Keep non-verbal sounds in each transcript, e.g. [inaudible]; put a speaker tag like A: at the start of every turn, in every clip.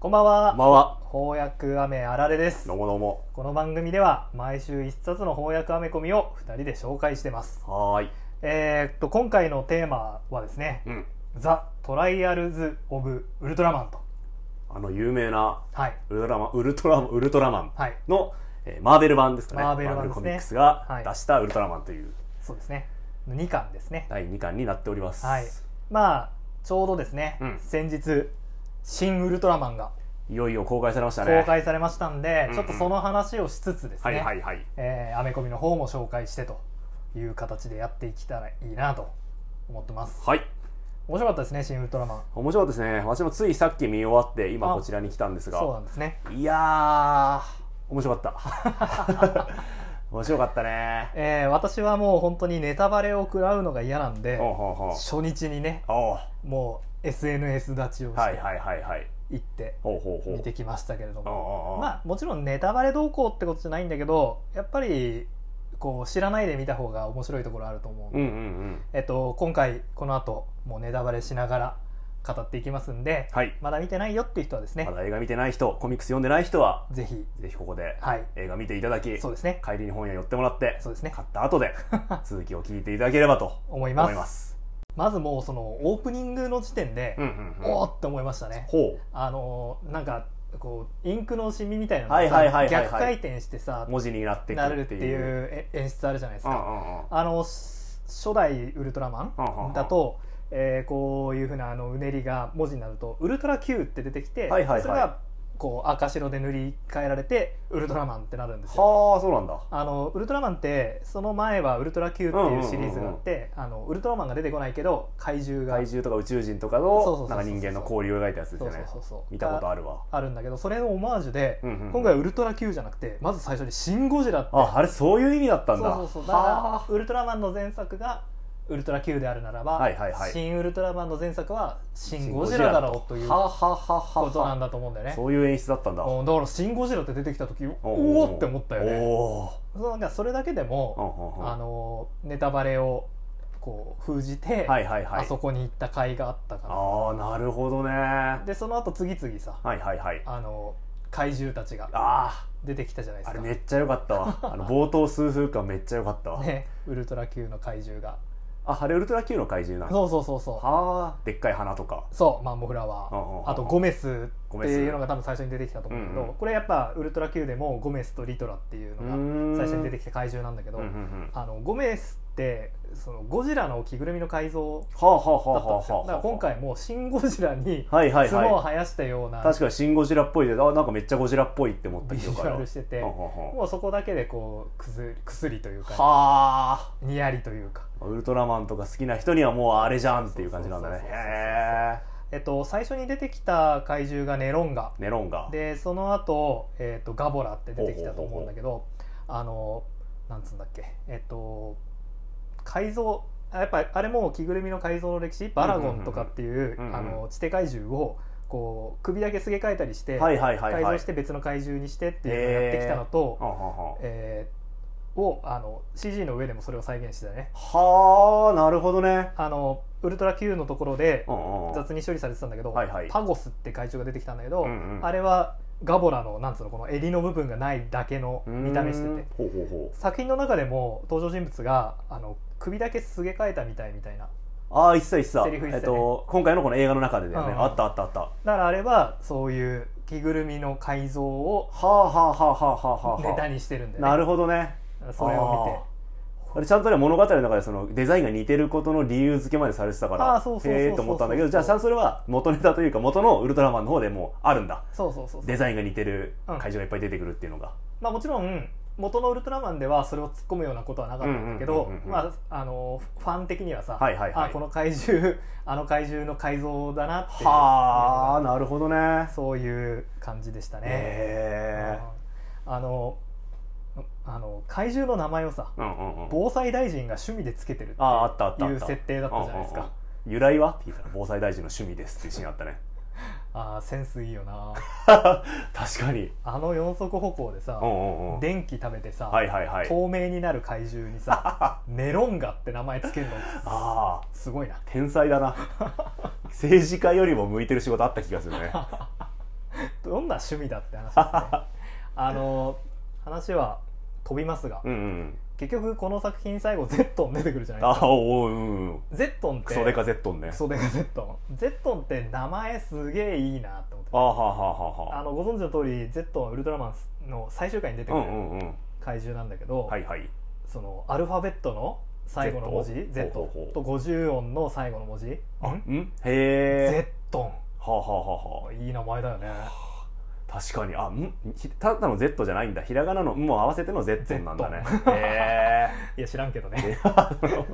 A: こんばんは
B: こんばんは。
A: 翻訳アメあられです
B: どうもどうも。
A: この番組では毎週一冊の翻訳アメコミを二人で紹介してます
B: はーい。
A: えーっと今回のテーマはですね
B: うん。
A: 「ザ・トライアルズ・オブ・ウルトラマンと」
B: あの有名な
A: はい
B: ウルトラマン、ウルトラマン、ウルトラマン
A: はい
B: の、えーマーベル版ですかね。
A: マーベル版ですね
B: マコミックス
A: は
B: が
A: い
B: 出したウルトラマンという
A: そうですね2巻ですね
B: 第2巻になっております。
A: はいまあちょうどですね、
B: うん
A: 先日「新ウルトラマン」が
B: いよいよ公開されましたね。
A: 公開されましたんで、
B: うんうん
A: ちょっとその話をしつつです
B: は
A: ね、
B: いはいはい。
A: えーアメコミの方も紹介してという形でやっていけたらいいなと思ってます
B: はい。
A: 面白かったですね「新ウルトラマン
B: 面白かったですね。私もついさっき見終わって、今こちらに来たんで」す
A: そうな
B: が、
A: んですね
B: いやー、面白かった。 [laughs] 面白かったね。
A: えー私はもう本当にネタバレを食らうのが嫌なんで
B: ほうほうほう。
A: 初日にね
B: おう
A: もう SNS 立ちをし
B: はい
A: て
B: はいはいはい。
A: 行って
B: ほうほうほう。
A: 見てきましたけれど
B: おう
A: も
B: おうおう
A: まあもちろんネタバレ動向ってことじゃないんだけどやっぱりこう知らないで見た方が面白いところあると思うので
B: うんうんうん。
A: えっと、今回この後もうネタバレしながら語っていきますんで
B: はい。
A: まだ見てないよっていう人はですね
B: まだ映画見てない人、コミックス読んでない人は、
A: ぜひ
B: ぜひここで
A: はい
B: 映画見ていただき、
A: そうですね
B: 帰りに本屋寄ってもらって、
A: そうですね
B: 買った後
A: [laughs]
B: で続きを聞いていただければと
A: 思いま
B: 思
A: す
B: い
A: ま
B: ます。
A: ずもうそのオープニングの時点で、
B: うんうんうん
A: おおって思いましたね
B: ほ
A: あのーなんかこうインクの染みみたいなの
B: はいはいはいはいはい
A: 逆回転してさ
B: う、文字になってく
A: なる
B: る
A: っ
B: ってて
A: い
B: いう。
A: うえ演出あるじゃないです
B: うんう
A: か、
B: んうん
A: あのし初代ウルトラマ
B: うんうんう
A: ン
B: ん
A: だと、えーこういうふうなあのうねりが文字になると「ウルトラ Q」って出てきて、
B: はいはいはい
A: それがこう赤白で塗り替えられて「ウルトラマン」ってなるんですよ。
B: はあ、そうなんだ。
A: あのウルトラマンってその前は「ウルトラ Q」っていうシリーズがあって、あのウルトラマンが出てこないけど怪獣が
B: 怪獣とか宇宙人とか
A: そうそうそう
B: の
A: そう
B: なんか人間の交流を描いたやつですよね。
A: そうそうそうそう
B: 見たこと
A: が
B: あるわ。
A: あるんだけどそれのオマージュで、
B: うんうんうん
A: 今回は「ウルトラ Q」じゃなくてまず最初に「シン・ゴジラ」って
B: あ、あれそういう意味だったんだ。
A: そうそうそうだ
B: はあ
A: からウルトラマンの前作がウルトラ Q であるならば、
B: はいはいはい
A: 新ウルトラマンの前作は新ゴジラだろうという
B: は
A: こ
B: あはあはあはあ
A: となんだと思うんだよね
B: そういう演出だったんだ。
A: うんだから新ゴジラって出てきた時お
B: おうう
A: おーって思ったよね
B: おー
A: そうなんかそれだけで
B: うん
A: も、
B: うんうん
A: あのネタバレをこう封じて、
B: はいはいはい。
A: あそこに行った甲斐があったか
B: ああなるほどね
A: らでその後次々さ
B: はいはいはいあ
A: あの怪獣たちが
B: あ
A: 出てきたじゃないで
B: ーあ
A: す
B: れ
A: か
B: めっちゃ良かったわあの冒頭数分間めっちゃ良かったわ、
A: ねウルトラ Q の怪獣が
B: ああれウルトラ Q の怪獣なんだ
A: そうそうそうそう
B: はあでっかい花とか
A: そうマンモフラワ
B: うんうんうんう
A: ー
B: ん
A: あとゴメスって
B: ゴメス
A: いうのが多分最初に出てきたと思うんだけど、
B: うんうん
A: これやっぱウルトラ Q でもゴメスとリトラっていう
B: うー
A: の
B: ん
A: が最初に出てきた怪獣なんだけど、
B: うんうんうんは
A: あのゴメスってそのゴジラの着ぐるみの改造
B: あはあはあ
A: だったん
B: は
A: です
B: あは
A: よ
B: あ
A: だから今回もうシン・ゴジラに
B: はいはい
A: 角を
B: は
A: 生やしたようない
B: 確かにシン・ゴジラっぽいであなんかめっちゃゴジラっぽいって思った
A: ビジ
B: 記憶
A: ュ
B: ある
A: ア
B: わ
A: ルしてて
B: うんうんうんは
A: もうそこだけでこうくずくすりというか
B: あ
A: にやりというか、
B: ウルトラマンとか好きな人にはもうあれじゃんっていう感じなんだね
A: そうそうそうそう
B: へ
A: えっと、最初に出てきた怪獣がネロンガ
B: えネロンが
A: でその後、えー、とガボラって出てきたと思うんだけどあのなんつうんだっけえっ、と改造あやっぱあれも着ぐるみの改造の歴史バラゴンとかっていう
B: うんうんうん
A: あの地底怪獣をこう首だけすげ替えたりして、
B: はいはいはいはい
A: 改造して別の怪獣にしてっていうのをやってきたのと、
B: うんうんうん
A: えーをあの CG の上でもそれを再現してたね
B: はあなるほどね
A: あのウルトラ Q のところで
B: うんうんうん
A: 雑に処理されてたんだけど、
B: はいはい
A: パゴスって怪獣が出てきたんだけど、
B: うんうん
A: あれはガボラのなんつうのこの襟の部分がないだけの見た目して
B: うーん
A: て
B: ほうほうほう
A: 作品の中でも登場人物があの首だけすげ替えたみたいみたいな
B: ああいっさいっさ
A: セリフ言って
B: え
A: た
B: っ
A: ね
B: と今回のこの映画の中でだよね、
A: うんうん
B: あったあったあったは
A: だからあれはそういう着ぐるみの改造を
B: あはあはあはあはあはあ
A: ネタにしてるんだよね
B: なるほどね
A: それを見て
B: あれちゃんとね物語の中でそのデザインが似てることの理由付けまでされてたか
A: あー
B: ら
A: そうそうそうそう
B: へえと思ったんだけどじゃあちゃんとそれは元ネタというか元のウルトラマンの方でもうあるんだ
A: そうそうそうそう
B: デザインが似てる
A: うん
B: 会場がいっぱい出てくるっていうのが、
A: まあもちろん元のウルトラマンではそれを突っ込むようなことはなかったんだけ
B: うん
A: ど
B: うんうんうんうん
A: まああのファン的にはさ、
B: はいはいはい
A: あこの怪獣 [laughs] あの怪獣の改造だなっていう
B: はあなるほどね
A: そういう感じでしたね。
B: へえ
A: あのあの怪獣の名前をさ
B: うんうんうん
A: 防災大臣が趣味でつけてるって
B: あああったあったあ
A: い
B: っ
A: う
B: た
A: 設定だったじゃないです
B: うんうん
A: か
B: うん由来はって聞いたら防災大臣の趣味ですっていうシーン
A: [laughs]
B: あったね
A: ああセンスいいよな
B: 確かに
A: あの四足歩行でさ
B: うんうんうん
A: 電気食べてさ、
B: はいはいはい
A: 透明になる怪獣に
B: [laughs]
A: さネロンガって名前つけるの
B: ああ
A: [laughs] すごいな
B: 天才だな政治家よりも向いてる仕事あった気が
A: [laughs]
B: するね
A: どんな趣味だって話ですね
B: [laughs]
A: あの話は飛びますが、
B: うんうん
A: 結局この作品最後ゼットン出てくるじゃないです
B: あ
A: か
B: おううんうん
A: ゼットンって
B: クソデカゼットンね
A: クソデカゼットンゼットンって名前すげえいいなと思って
B: あはははは
A: あのご存知の通りゼットンはウルトラマンの最終回に出て
B: う
A: くる
B: んうんうん
A: 怪獣なんだけど、
B: はいはい
A: そのアルファベットの最後の文字
B: Z
A: Z
B: ほうほうほう
A: と50音の最後の文字ん
B: んへえ
A: Z ト
B: はあはあはあはあ
A: ンいい名前だよね
B: 確かにあんひただの Z じゃないんだひらがなの「ん」も合わせての Z なんだね
A: Z
B: へ
A: いや知らんけどね
B: えな
A: [laughs]
B: るほ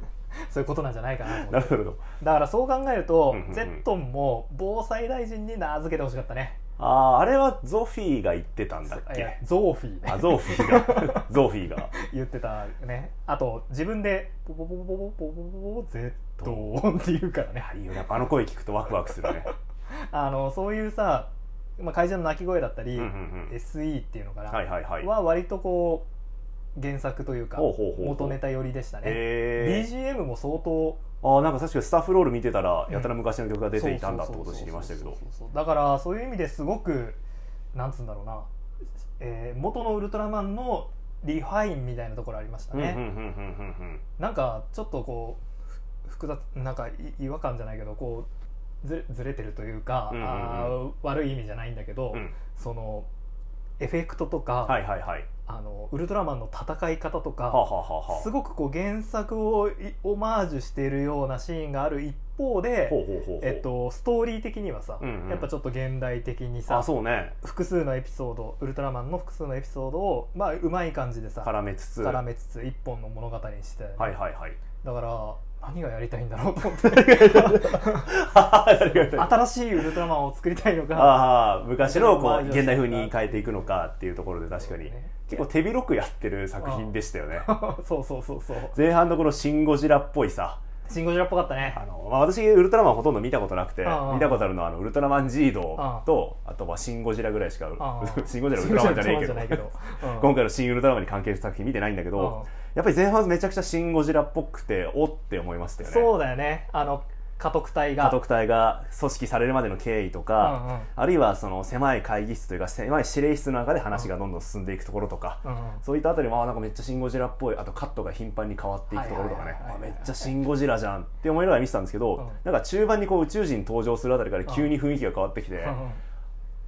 A: そういうことなんじゃないかなと
B: ど
A: 思
B: [laughs] な
A: っ
B: る
A: て
B: ほど
A: だからそう考えると
B: うんうんうん
A: Z トンも防災大臣に名付けてほしかったね
B: あーあれはゾフィーが言ってたんだっ
A: いや
B: け
A: ゾーフィー
B: あ
A: ね
B: ゾフィーが [laughs] ゾフィーが
A: 言ってたねあと自分でポポポポポポポポポ Z トンって言うからね
B: いいよやっぱあの声聞くとワクワクするね
A: あのそういうさ、まあ、会社の鳴き声だったり、
B: うんうんうん
A: SE っていうのかな、
B: はいはいはい
A: は割とこう原作というか
B: ほうほうほうほう
A: 元ネタ寄りでしたね、
B: へえ
A: BGM も相当
B: あーなんか確かにスタッフロール見てたら
A: うん
B: やたら昔の曲が出ていたんだってことを知りましたけ
A: そう
B: ど
A: そうそうそうだからそういう意味ですごくなんつうんだろうな、えー元のウルトラマンのリファインみたいなところありました
B: うんうん
A: ね、
B: うんうんうんうん
A: なんかちょっとこうふ複雑なんかい違和感じゃないけどこうずれずれてるというか、
B: うんうんうん
A: あー悪い意味じゃないんだけど、
B: うん
A: そのエフェクトとか、
B: はいはいはい
A: あのウルトラマンの戦い方とか、
B: はあはあはあはあ
A: すごくこう原作をいオマージュしているようなシーンがある一方で、
B: ほうほうほうほう
A: えっと、ストーリー的にはさ、
B: うんうん
A: やっぱちょっと現代的にさ
B: あそうね
A: 複数のエピソードウルトラマンの複数のエピソードを、まあ、うまい感じでさ
B: 絡めつつ
A: 絡
B: はい
A: めつつ一本の物語にして、
B: はいはい [laughs]
A: だから何がやりたいんだろうと思って
B: [laughs] あ
A: 新しいウルトラマンを作りたいのか
B: あー昔のこう現代風に変えていくのかっていうところで確かに
A: ね
B: 結構手広くやってる作品でしたよね
A: [laughs] そうそうそうそう
B: 前半のこの「シン・ゴジラ」っぽいさ
A: シン・ゴジラっぽかったね
B: あの、まあ、私ウルトラマンほとんど見たことなくて
A: ああ
B: 見たことあるのはあのウルトラマンジー
A: ああ
B: ドとあとは「シン・ゴジラ」ぐらいしか
A: ああ
B: [laughs] シン・ゴジラウルトラマンじゃね
A: シ
B: えけ
A: ンゴジラウルトラマンじゃないけ
B: ど
A: ど
B: 今回の「シン・ウルトラマン」に関係した作品見てないんだけ
A: うん
B: どやっぱり前半めちゃくちゃ「シン・ゴジラ」っぽくておって思いましたよね
A: そうだよねあの家督隊が
B: 家督隊が組織されるまでの経緯とか、あるいはその狭い会議室というか狭い指令室の中で話がどんどん進んでいくところとか、
A: うんうんうんうん
B: そういったあたりもあなんかめっちゃシン・ゴジラっぽいあとカットが頻繁に変わっていくところとか
A: はい
B: ね
A: はいはい
B: あ
A: はい
B: めっちゃシン・ゴジラじゃんって思いながら見てたんですけど、
A: うん
B: なんか中盤にこう宇宙人登場するあたりから急に雰囲気が変わってきて、
A: うんうん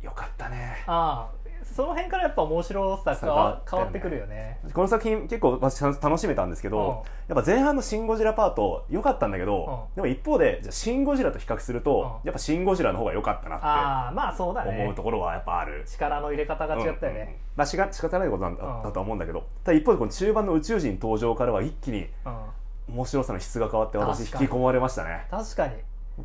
B: よかったね
A: ああその辺からやっぱ面白さが変わってくるよね
B: この作品結構私楽しめたんですけど、やっぱ前半の「シン・ゴジラ」パート良かったんだけど、
A: うん
B: でも一方でじゃあシン・ゴジラと比較すると、
A: うん
B: やっぱシン・ゴジラの方が良かったなって
A: ああまあそうだね
B: 思うところはやっぱある。
A: 力の入れ方が違ったよ
B: うんうんうん
A: ね、
B: まあ、しが仕方ないことなんだ,、
A: うん
B: だとは思うんだけどただ一方でこの中盤の宇宙人登場からは一気に
A: うん
B: 面白さの質が変わって私引
A: 確
B: き
A: かに
B: 込まれましたね
A: 確かに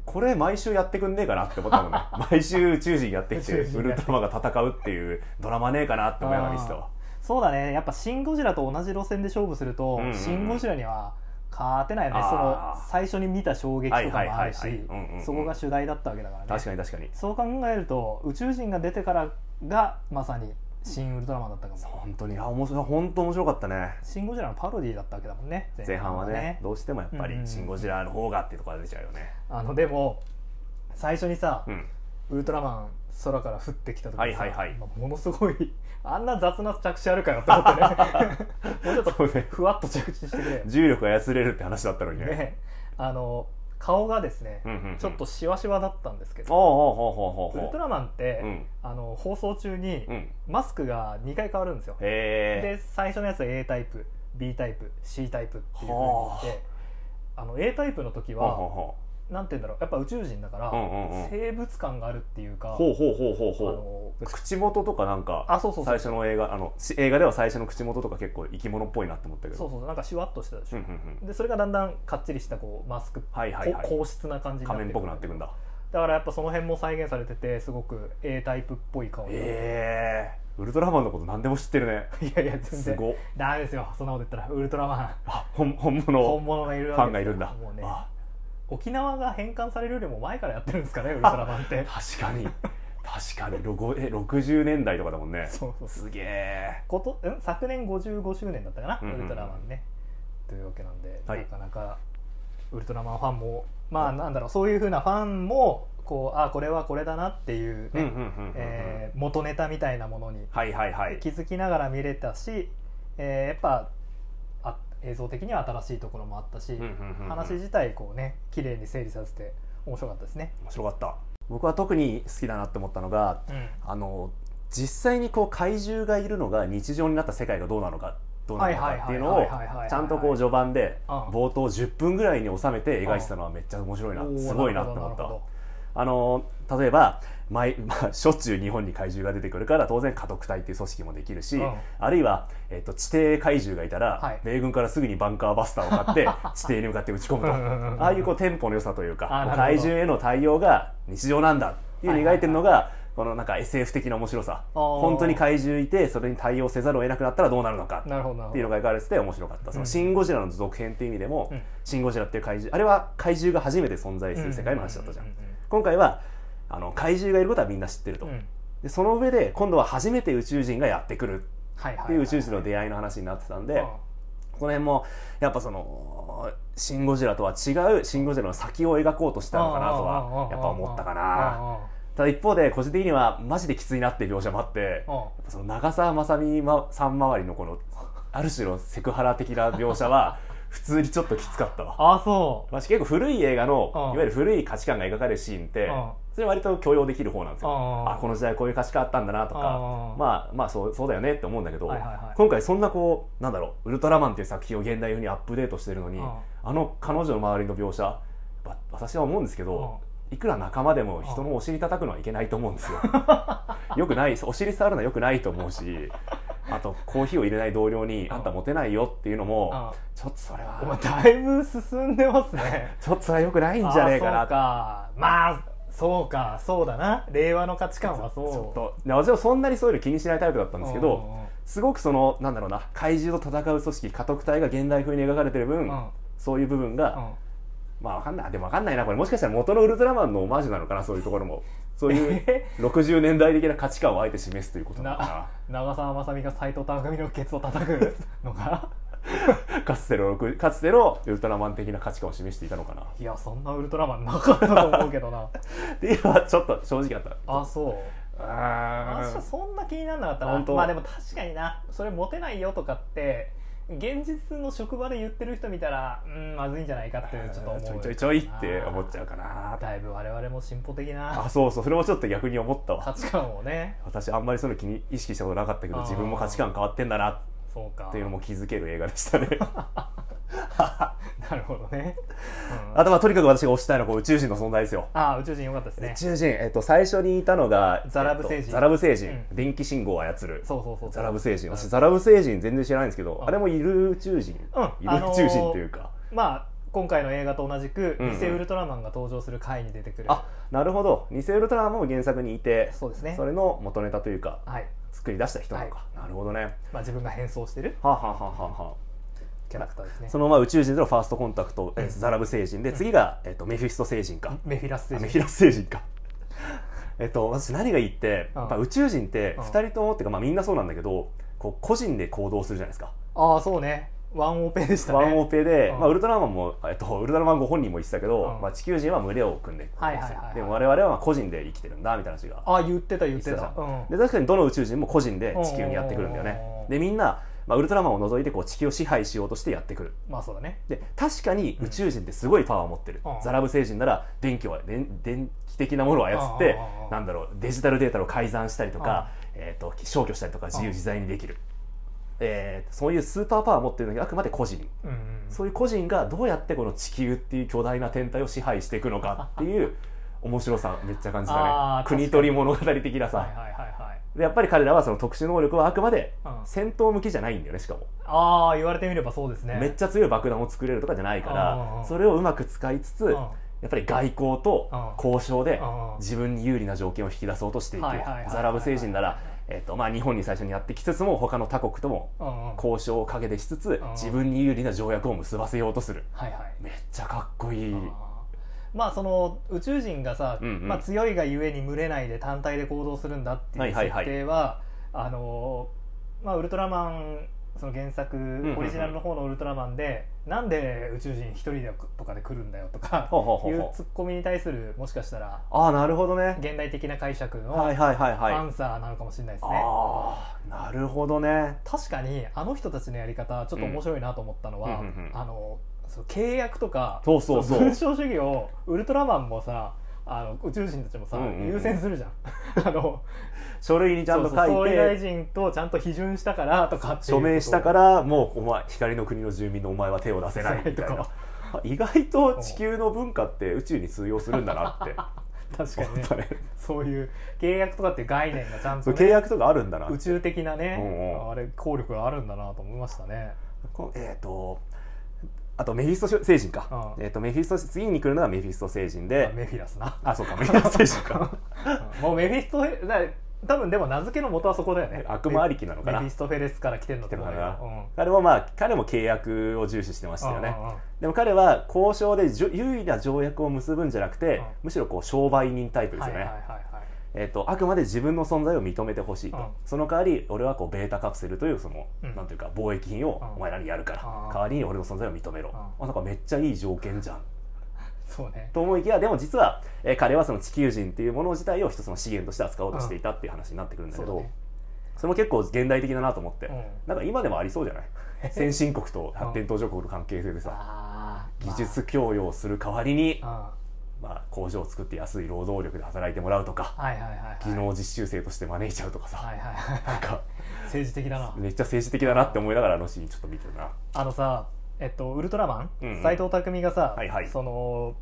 B: これ毎週やってくんねえかなって思っ
A: [laughs]
B: たもんね毎週宇宙人やってきて
A: 宇宙人
B: ウルトラマンが戦うっていうドラマねえかなって思いながら見てたわ
A: そうだねやっぱ「シン・ゴジラ」と同じ路線で勝負すると「
B: うんうんうん
A: シン・ゴジラ」には勝てないよね
B: あー
A: その最初に見た衝撃とかもある
B: はいはい
A: し
B: はいはいうんうんうん
A: そこが主題だったわけだからね
B: 確かに確かに
A: そう考えると宇宙人が出てからがまさに「シン・ウルトラマン」だったかも
B: 本当にあ面白い本当面白かったね
A: シン・ゴジラのパロディだったわけだもんね
B: 前半はねどうしてもやっぱ
A: うんう
B: り「
A: ん
B: シン・ゴジラ」の方がっていうところが出ちゃうよね、
A: あのでも最初にさ、
B: うん、
A: ウルトラマン空から降ってきた時にさ、
B: はいはいはい
A: まあものすごいあんな雑な着地あるかよって
B: [laughs]
A: 思ってねもうちょっと
B: そうね
A: ふわっと着地してくれよ
B: 重力が操れるって話だったのにね
A: ねあの顔がですね、
B: うんうんうん
A: ちょっとしわしわだったんですけ
B: おう
A: ど、
B: おうおうおうおう
A: ウルトラマンって、
B: うん
A: あの放送中に、
B: うん
A: マスクが2回変わるんですよ、
B: へ
A: で
B: え
A: 最初のやつは A タイプ B タイプ C タイプっていうふうに言ってあの A タイプの時は、
B: ほ
A: なんて言うんだろうやっぱ宇宙人だから、
B: うんうんうん
A: 生物感があるっていうか
B: うほうほうほうほ
A: あ
B: うほうほ
A: の
B: う口元とかなんか
A: あそうそうそ
B: 最
A: う
B: 初の映画あのし映画では最初の口元とか結構生き物っぽいなって思ったけど
A: そうそうなんかシュワッとしてたでし
B: う
A: ょ、
B: んうんうん
A: でそれがだんだんかっちりしたこうマスク、
B: はいはいは
A: こ
B: い
A: 硬質な感じになっ
B: 仮
A: て
B: 面っぽくなってくんだ
A: だからやっぱその辺も再現されててすごく A タイプっぽい顔になる
B: ええウルトラマンのこと何でも知ってるね
A: [laughs] いやいや全
B: す
A: 然
B: ごっ
A: ダメですよそんなこと言ったらウルトラマン
B: [laughs] あ本本
A: 本
B: 物
A: 物がいる
B: フ
A: わ
B: ァ
A: け
B: ンがい
A: ですよ
B: るんだ
A: もうね
B: あ
A: 沖縄が返還されるよりも前からやってるんですか
B: [laughs]
A: ねウルトラマンって
B: 確かに確かにロゴえ60年代とかだもんね
A: そうそう
B: すげえ
A: ことん昨年55周年だったかな、
B: うんうんうん
A: ウルトラマンねというわけなんで、
B: はい
A: なかなかウルトラマンファンもまあなんだろうそういうふうなファンもこうあこれはこれだなっていう
B: う
A: ね
B: んうんうんうん
A: えー元ネタみたいなものに
B: はいはいはい
A: 気づきながら見れたし、えーやっぱあ映像的には新しいところもあったし、
B: うんうんうんうん
A: 話自体こうね綺麗に整理させて面白かったですね。
B: 面白かった僕は特に好きだなって思ったのがあの実際にこう怪獣がいるのが日常になった世界がどうなのかどうなのかっていうのをちゃんとこう序盤で
A: うん
B: 冒頭10分ぐらいに収めて描いてたのはめっちゃ面白いなすごいなって思ったあの例えば毎、まあ、しょっちゅう日本に怪獣が出てくるから当然家督隊っていう組織もできるし、
A: うん
B: あるいは、えっと、地底怪獣がいたら、
A: はい
B: 米軍からすぐにバンカーバスターを買って [laughs] 地底に向かって打ち込むと
A: うんうんうんうん
B: [laughs] ああいうこうテンポの良さというか
A: あーなるほど
B: 怪獣への対応が日常なんだっていうの
A: はいはい
B: を描
A: はい
B: いてるのが、このなんか SF 的な面白さ
A: おー
B: 本当に怪獣いてそれに対応せざるを得なくなったらどうなるのか
A: なるほどなる
B: っ
A: ほ
B: て
A: ど
B: いうのが描かれてて面白かったその「シン・ゴジラ」の続編っていう意味でも「
A: うん
B: シン・ゴジラ」っていう怪獣あれは怪獣が初めて存在する世界の話だったじゃん
A: うう
B: 今回はあの怪獣がいることはみんな知ってると、
A: うんうんうん
B: でその上で今度は初めて宇宙人がやってくる
A: はいはい
B: っ
A: は
B: て
A: い
B: いう宇宙人の出会いの話になってたんで、この辺もやっぱその「シン・ゴジラ」とは違う「シン・ゴジラ」の先を描こうとしたのかなとはやっぱ思ったかなただ一方で個人的にはマジできついなっていう描写もあってやっ
A: うんうんうんうん
B: ぱその長澤まさみまさん周りのこのある種のセクハラ的な描写は [laughs] 普通にちょっときつかったわ。
A: ああそ
B: 私結構古い映画の
A: うん
B: いわゆる古い価値観が描かれるシーンって
A: うん
B: それ割と許容できる方なんです
A: う
B: よあこ
A: の
B: の時代こういう価値観あったんだなとかまあまあそうそうだよねって思うんだけど
A: はいはいはい
B: 今回そんなこうなんだろうウルトラマンっていう作品を現代風にアップデートしてるのに
A: うん
B: あの彼女の周りの描写やっぱ私は思うんですけどいくら仲間でも人のお尻叩くのはいけないと思う
A: [laughs]
B: んですよ。よくないお尻触るのはよくないと思うしあとコーヒーを入れない同僚に「
A: ん
B: あんたモテないよ」っていうのもちょっとそれ
A: お前
B: は
A: だいぶ進んでますね
B: ちょっとそれはよく [laughs] ないんじゃねえかな
A: あーそうかまあそうかそうだな令和の価値観はそう
B: ちょっとで私はそんなにそういうの気にしないタイプだったんですけ
A: うん
B: ど
A: うんうん
B: すごくそのなんだろうな怪獣と戦う組織家督隊が現代風に描かれてる分、
A: うん
B: そういう部分が、
A: うん
B: まあわかんないでもわかんないなこれもしかしたら元のウルトラマンのオマージュなのかなそういうとこ
A: [laughs]
B: ろもそういう60年代的な価値観をあえて示すということな
A: [laughs]
B: のか
A: 長澤まさみが斎藤匠のケツを叩くのが
B: なかつての60かつてのウルトラマン的な価値観を示していたのかない
A: やそんなウルトラマンなかったと思うけどな
B: っていうのはちょっと正直だった
A: あそう
B: あ
A: 私はそんな気にならなかった
B: 本
A: な
B: 当
A: まあでも確かになそれモテないよとかって現実の職場で言ってる人見たらうんまずいんじゃないかってちょっと思う
B: ちょいちょいちょいって思っちゃうかな
A: だいぶ我々も進歩的
B: あ
A: な
B: そうそうそれもちょっと逆に思ったわ
A: 価値観をね
B: 私あんまりその気に意識したことなかったけど
A: あー
B: 自分も価値観変わってんだなっ
A: そうか
B: ていうのも気づける映画でしたね
A: なるほどね、うん
B: あとまあとにかく私が推したいのはこう宇宙人の存在ですよ
A: ああ宇宙人よかったですね
B: 宇宙人、えっと、最初にいたのが
A: ザラブ星人
B: えっとザラブ星人、
A: うん
B: 電気信号を操る
A: そうそうそう
B: ザラブ星人
A: うん
B: 私ザラブ星人全然知らないんですけど、
A: ん
B: あれもいる宇宙人、
A: うん
B: いる
A: あのー
B: 宇宙人というか、
A: まあ今回の映画と同じく
B: うんうん
A: 偽ウルトラマンが登場する回に出てくる、
B: あなるほど偽ウルトラマンも原作にいて
A: そうですね
B: れの元ネタというか
A: はい、
B: 作り出した人なのか、なるほどね
A: まあ、自分が変装してる
B: はあ、はあはあはあはあ
A: キャラクターですね
B: そのまあ宇宙人とのファーストコンタクト、え
A: うん
B: ザラブ星人で次が、えっと、メフィスト星人か、
A: メフィラス
B: あメ
A: 星人
B: フィラス星人か [laughs] えっと私何がいいって、
A: うん
B: やっぱ宇宙人って
A: うん
B: 2人ともっていうか、まあ、みんなそうなんだけどこう個人で行動するじゃないですか
A: ああそうねワンオペでしたね
B: ワンオペで、
A: うん
B: まあ、ウルトラマンも、えっと、ウルトラマンご本人も言ってたけど、
A: うん
B: まあ、地球人は群れを組んで行動する、
A: はいはいはいはい
B: でも我々はまあ個人で生きてるんだみたいな話が
A: ああ言ってた言って
B: 言
A: た
B: ってたじ
A: うん
B: で確かにどの宇宙人も個人で地球にやってくるんだよね
A: うん
B: でみんな、まあ、ウルトラマンを除いてこう地球を支配しようとしてやってくる
A: まあそうだね
B: で確かに宇宙人ってすごいパワーを持ってる、
A: うん
B: ザラブ星人なら電気を電電気的なものを操って、
A: うんうんうん
B: なんだろうデジタルデータを改ざんしたりとか、えー、と消去したりとか自由自在にできる、えーそういうスーパーパワーを持ってるのにあくまで個人
A: うんうん
B: そういう個人がどうやってこの地球っていう巨大な天体を支配していくのかっていう面白さめっちゃ感じた
A: あ
B: ね
A: ー
B: 国取り物語的なさ、
A: はいはいはいはい
B: でやっぱり彼らはその特殊能力はあくまで
A: うん
B: 戦闘向きじゃないんだよねしかも、
A: ああ言われてみればそうですね
B: めっちゃ強い爆弾を作れるとかじゃないか
A: うんうんう
B: ら
A: ん
B: それをうまく使いつつ、
A: うん
B: やっぱり外交と
A: うん
B: 交渉で
A: うんうん
B: 自分に有利な条件を引き出そうとしていく
A: はいはいはいはい
B: ザラブ星人なら、えっとまあ、日本に最初にやってきつつも他の他国とも
A: うんうん
B: 交渉を陰でしつつ
A: ん
B: 自分に有利な条約を結ばせようとする
A: はいはい
B: めっちゃかっこいい
A: あーまあその宇宙人がさ、
B: うんうん
A: まあ、強いがゆえに群れないで単体で行動するんだって
B: はいいうはい
A: 設
B: はい
A: 定はあのーまあウルトラマンその原作オリジナルの方のウルトラマンで、なんで宇宙人一人でとかで来るんだよとか
B: ほうほうほ
A: いうう
B: ほう
A: ツッコミに対するもしかしたら
B: ああなるほどね
A: 現代的な解釈
B: はい
A: の
B: はいはいはい
A: アンサーなのかもしれないですね。
B: ああなるほどね
A: 確かにあの人たちのやり方ちょっと面白いなと思ったのは、
B: うんうんうんうん
A: あのその契約とか
B: そうそうそう
A: の文章主義をウルトラマンもさあの宇宙人たちもさ、
B: うんうんうん
A: 優先するじゃん [laughs] あの
B: 書類にちゃんと書いて
A: そうそう総理大臣とちゃんと批准したからとかっていう
B: 署名したかららもうお前光の国の住民のお前は手を出せないみたいなあ意外と地球の文化って宇宙に通用するんだなって
A: 確かに
B: 思
A: ね
B: ったね
A: そういう契約とかっていう概念がちゃん
B: そ
A: と、
B: う
A: ね、
B: 契約とかあるんだな
A: 宇宙的なね、
B: うんうん
A: あれ効力があるんだなと思いましたね
B: こえっ、とあとメフィスト星人か、
A: うん
B: えっとメフィスト次に来るのがメフィスト星人で
A: あメフィラスな、
B: あそうかメフィスト星人か
A: うんもうメフィストだから多分でも名付けの元はそこだよね
B: 悪魔ありきなのか
A: メフ
B: な
A: ィストフェレスから来てるのってことだよ
B: 来てる彼もまあ彼も契約を重視してましたよね
A: うんうんうん
B: でも彼は交渉でじょ優位な条約を結ぶんじゃなくて、
A: うん
B: むしろこう商売人タイプですよ
A: は
B: ね、
A: いはいはいはい
B: えっとあくまで自分の存在を認めてほしいと、
A: うん
B: その代わり俺はこうベータカプセルというその、
A: うん
B: なんていうか貿易品を
A: うん
B: お前らにやるから、
A: あー
B: 代わりに俺の存在を認めろ、
A: う
B: あなんかめっちゃいい条件じゃん
A: そうね
B: と思いきやでも実は、えー彼はその地球人っていうもの自体を一つの資源として扱おうとしていたっていう話になってくるんだ
A: そ
B: け
A: うだ
B: ど、
A: ね
B: それも結構現代的だなと思って、
A: うん
B: なんか今でもありそ
A: [laughs]
B: うじゃない先進国と発展途上国の関係性でさ、
A: あー
B: 技術供与をする代わりに、
A: ま
B: まあ、工場を作って安い労働力で働いてもらうとか
A: あうんはいはいはいはい
B: 技能実習生として招いちゃうとかさ、
A: はいはいはい [laughs]
B: なんか
A: 政治的だな
B: めっちゃ政治的だなって思いながらあのシーンちょっと見てるな。
A: あのさえっとウルトラマ
B: うんう
A: ン
B: ん
A: 斎藤工がさ
B: はいはい
A: その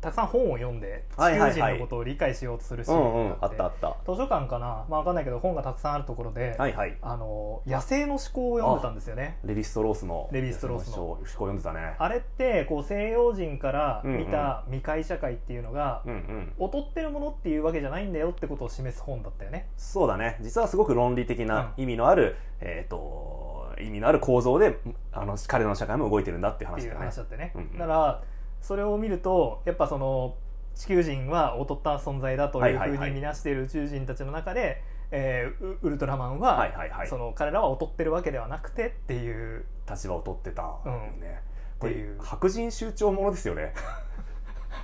A: たくさん本を読んで地
B: はいはいはい
A: 球人のことを理解しようとするシ
B: う
A: ー
B: んう
A: ン
B: ん
A: が、
B: あ
A: あ
B: ったあ
A: って
B: った。
A: 図書館かなまあわかんないけど本がたくさんあるところで
B: はいはい。
A: あの野生の思考を読んでたんですよね
B: レヴィストロースの
A: レヴィストロースの
B: 思考思考読んでたね。
A: あれってこう西洋人から見た未開社会っていうのが
B: うんうん。
A: 劣ってるものっていうわけじゃないんだよってことを示す本だったよね。
B: そうだね実はすごく論理的な
A: う
B: 意味のある、えっ、と意味のある構造であの彼らの社会も動いてるんだっていう
A: って
B: 話
A: い
B: だ
A: う
B: よね
A: 話だったよね
B: うんうん。
A: だからそれを見るとやっぱその地球人は劣った存在だという
B: はい
A: ふ
B: はいうはい
A: に見なしている宇宙人たちの中で、えーウウルトラマン
B: はい
A: は
B: はいはい
A: その彼らは劣ってるわけではなくてっていう
B: 立場を取ってたよね、
A: うん
B: これ
A: っていう
B: 白人集長ものですよね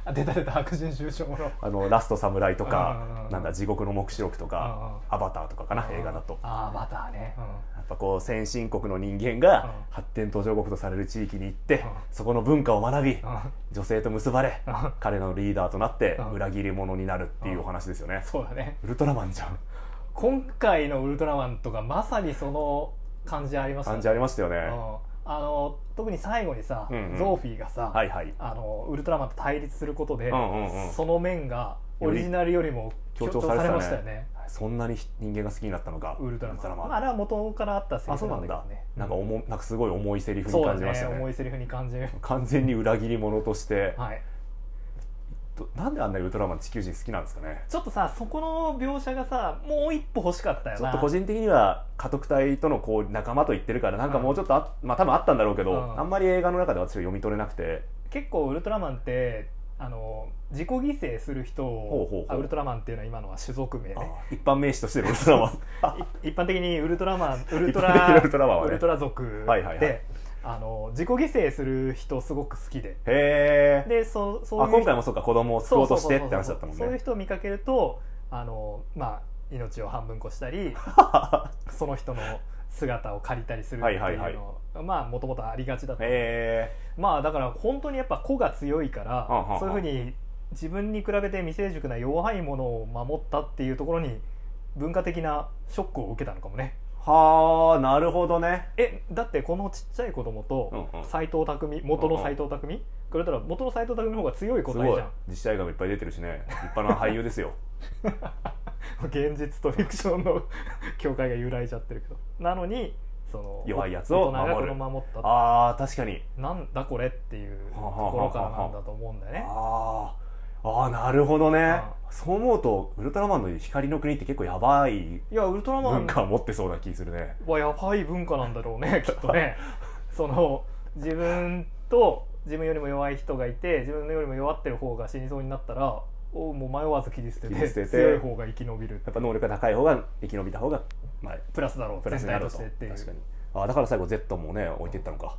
A: あ出た出た白人終生の
B: あのラストサムライと
A: うんうん
B: か
A: うん
B: なんだ地獄の黙示録とかアバターとかかな映画だと
A: ああバターね、
B: やっぱこう先進国の人間
A: うん
B: が発展途上国とされる地域に行って
A: ん
B: そこの文化を学び
A: うんうん
B: 女性と結ばれ
A: うん [laughs]
B: 彼らのリーダーとなって
A: うん
B: 裏切り者になるっていうお話ですよね
A: そうだね
B: ウルトラマンじゃん
A: 今回のウルトラマンとかまさにその感じありました
B: 感じありましたよね
A: うんあの特に最後にさ、
B: うんうん
A: ゾーフィーがさ、
B: はいはい
A: あのウルトラマンと対立することで、
B: うんうんうん
A: その面がオリジナルよりも強
B: 強
A: 調
B: 調
A: さ
B: されてたね
A: れましたよね
B: そんなに人間が好きになったのか
A: ウルトラマンまあ、あれは元からあったセリ
B: あ
A: フ
B: そう
A: な
B: なんん
A: だ
B: だ
A: けどね
B: なんか重なんかすごい重いセリフ
A: そ
B: に
A: うだ
B: 感じまし
A: ね
B: た
A: 重
B: ね
A: いセリフに感じる
B: 完全に裏切り者として
A: はい
B: どなんであんなにウルトラマン地球人好きなんですかね
A: ちょっとさそこの描写がさもう一歩欲しかったよ
B: ちょ
A: な
B: っと個人的には家督隊とのこう仲間と言ってるからなんかもうちょっとあ、まあ多分あったんだろうけど、
A: うん
B: あんまり映画の中では私は読み取れなくて
A: 結構ウルトラマンってあの自己犠牲する人
B: ほう
A: を
B: ほうほう
A: あウルトラマンっていうのは今のは種族名ね
B: 一般名詞としてのウルトラマン
A: い一般的にウルトラマンウルト
B: [laughs] 一般的な
A: ラ
B: ウルトラマンはね
A: ウルトラ族
B: はいはいはい
A: であの自己犠牲する人すごく好きで
B: へえ
A: でそそういう
B: 今回もそうか子供を救
A: そ
B: お
A: う
B: うとしてっ
A: そうそうそう
B: て話だったもん
A: そういう
B: ね
A: 人を見かけるとあのまあ命を半分こした
B: [laughs]
A: りその人の姿を借りたりするっていうの、
B: はいはい
A: まあもともとありがちだった
B: へ
A: まあだから本当にやっぱ子が強いから、
B: うんうんうん
A: そういうふうに自分に比べて未成熟な弱いものを守ったっていうところに文化的なショックを受けたのかもね
B: えはあなるほどね
A: えだってこのちっちゃい子供と
B: うんうん
A: 斎藤匠元の斎藤匠これだったら元の斎藤匠の方が強い
B: す
A: 答え
B: ご
A: じ
B: い
A: ゃん
B: 自治体がもいっぱい出てるしね立派な俳優です
A: [laughs]
B: よ
A: 現実とフィクションの [laughs] 境界が揺らいじゃってるけどなのにその
B: 弱いやつを
A: 大人が
B: 守
A: 子
B: る
A: 供を守った
B: あー確かに
A: なんだこれっていうところからなんだと思うんだよね
B: あーあーなるほどね
A: う
B: そう思うとウルトラマンの光の国って結構やばい
A: いやウルトラマン
B: 文化を持ってそうな気するね
A: はやばい文化なんだろう
B: [laughs]
A: ねきっとねその自分と自分よりも弱い人がいて自分よりも弱ってる方が死にそうになったらおもう迷わず切り捨てて
B: 切り捨てて
A: 強い方が生き延びる
B: やっぱ能力が高い方が生き延びた方が、まあ、
A: プラスだろう
B: プラスになる
A: 全体とし
B: と
A: てっていう
B: 確かにあだから最後 Z もね置いていったのか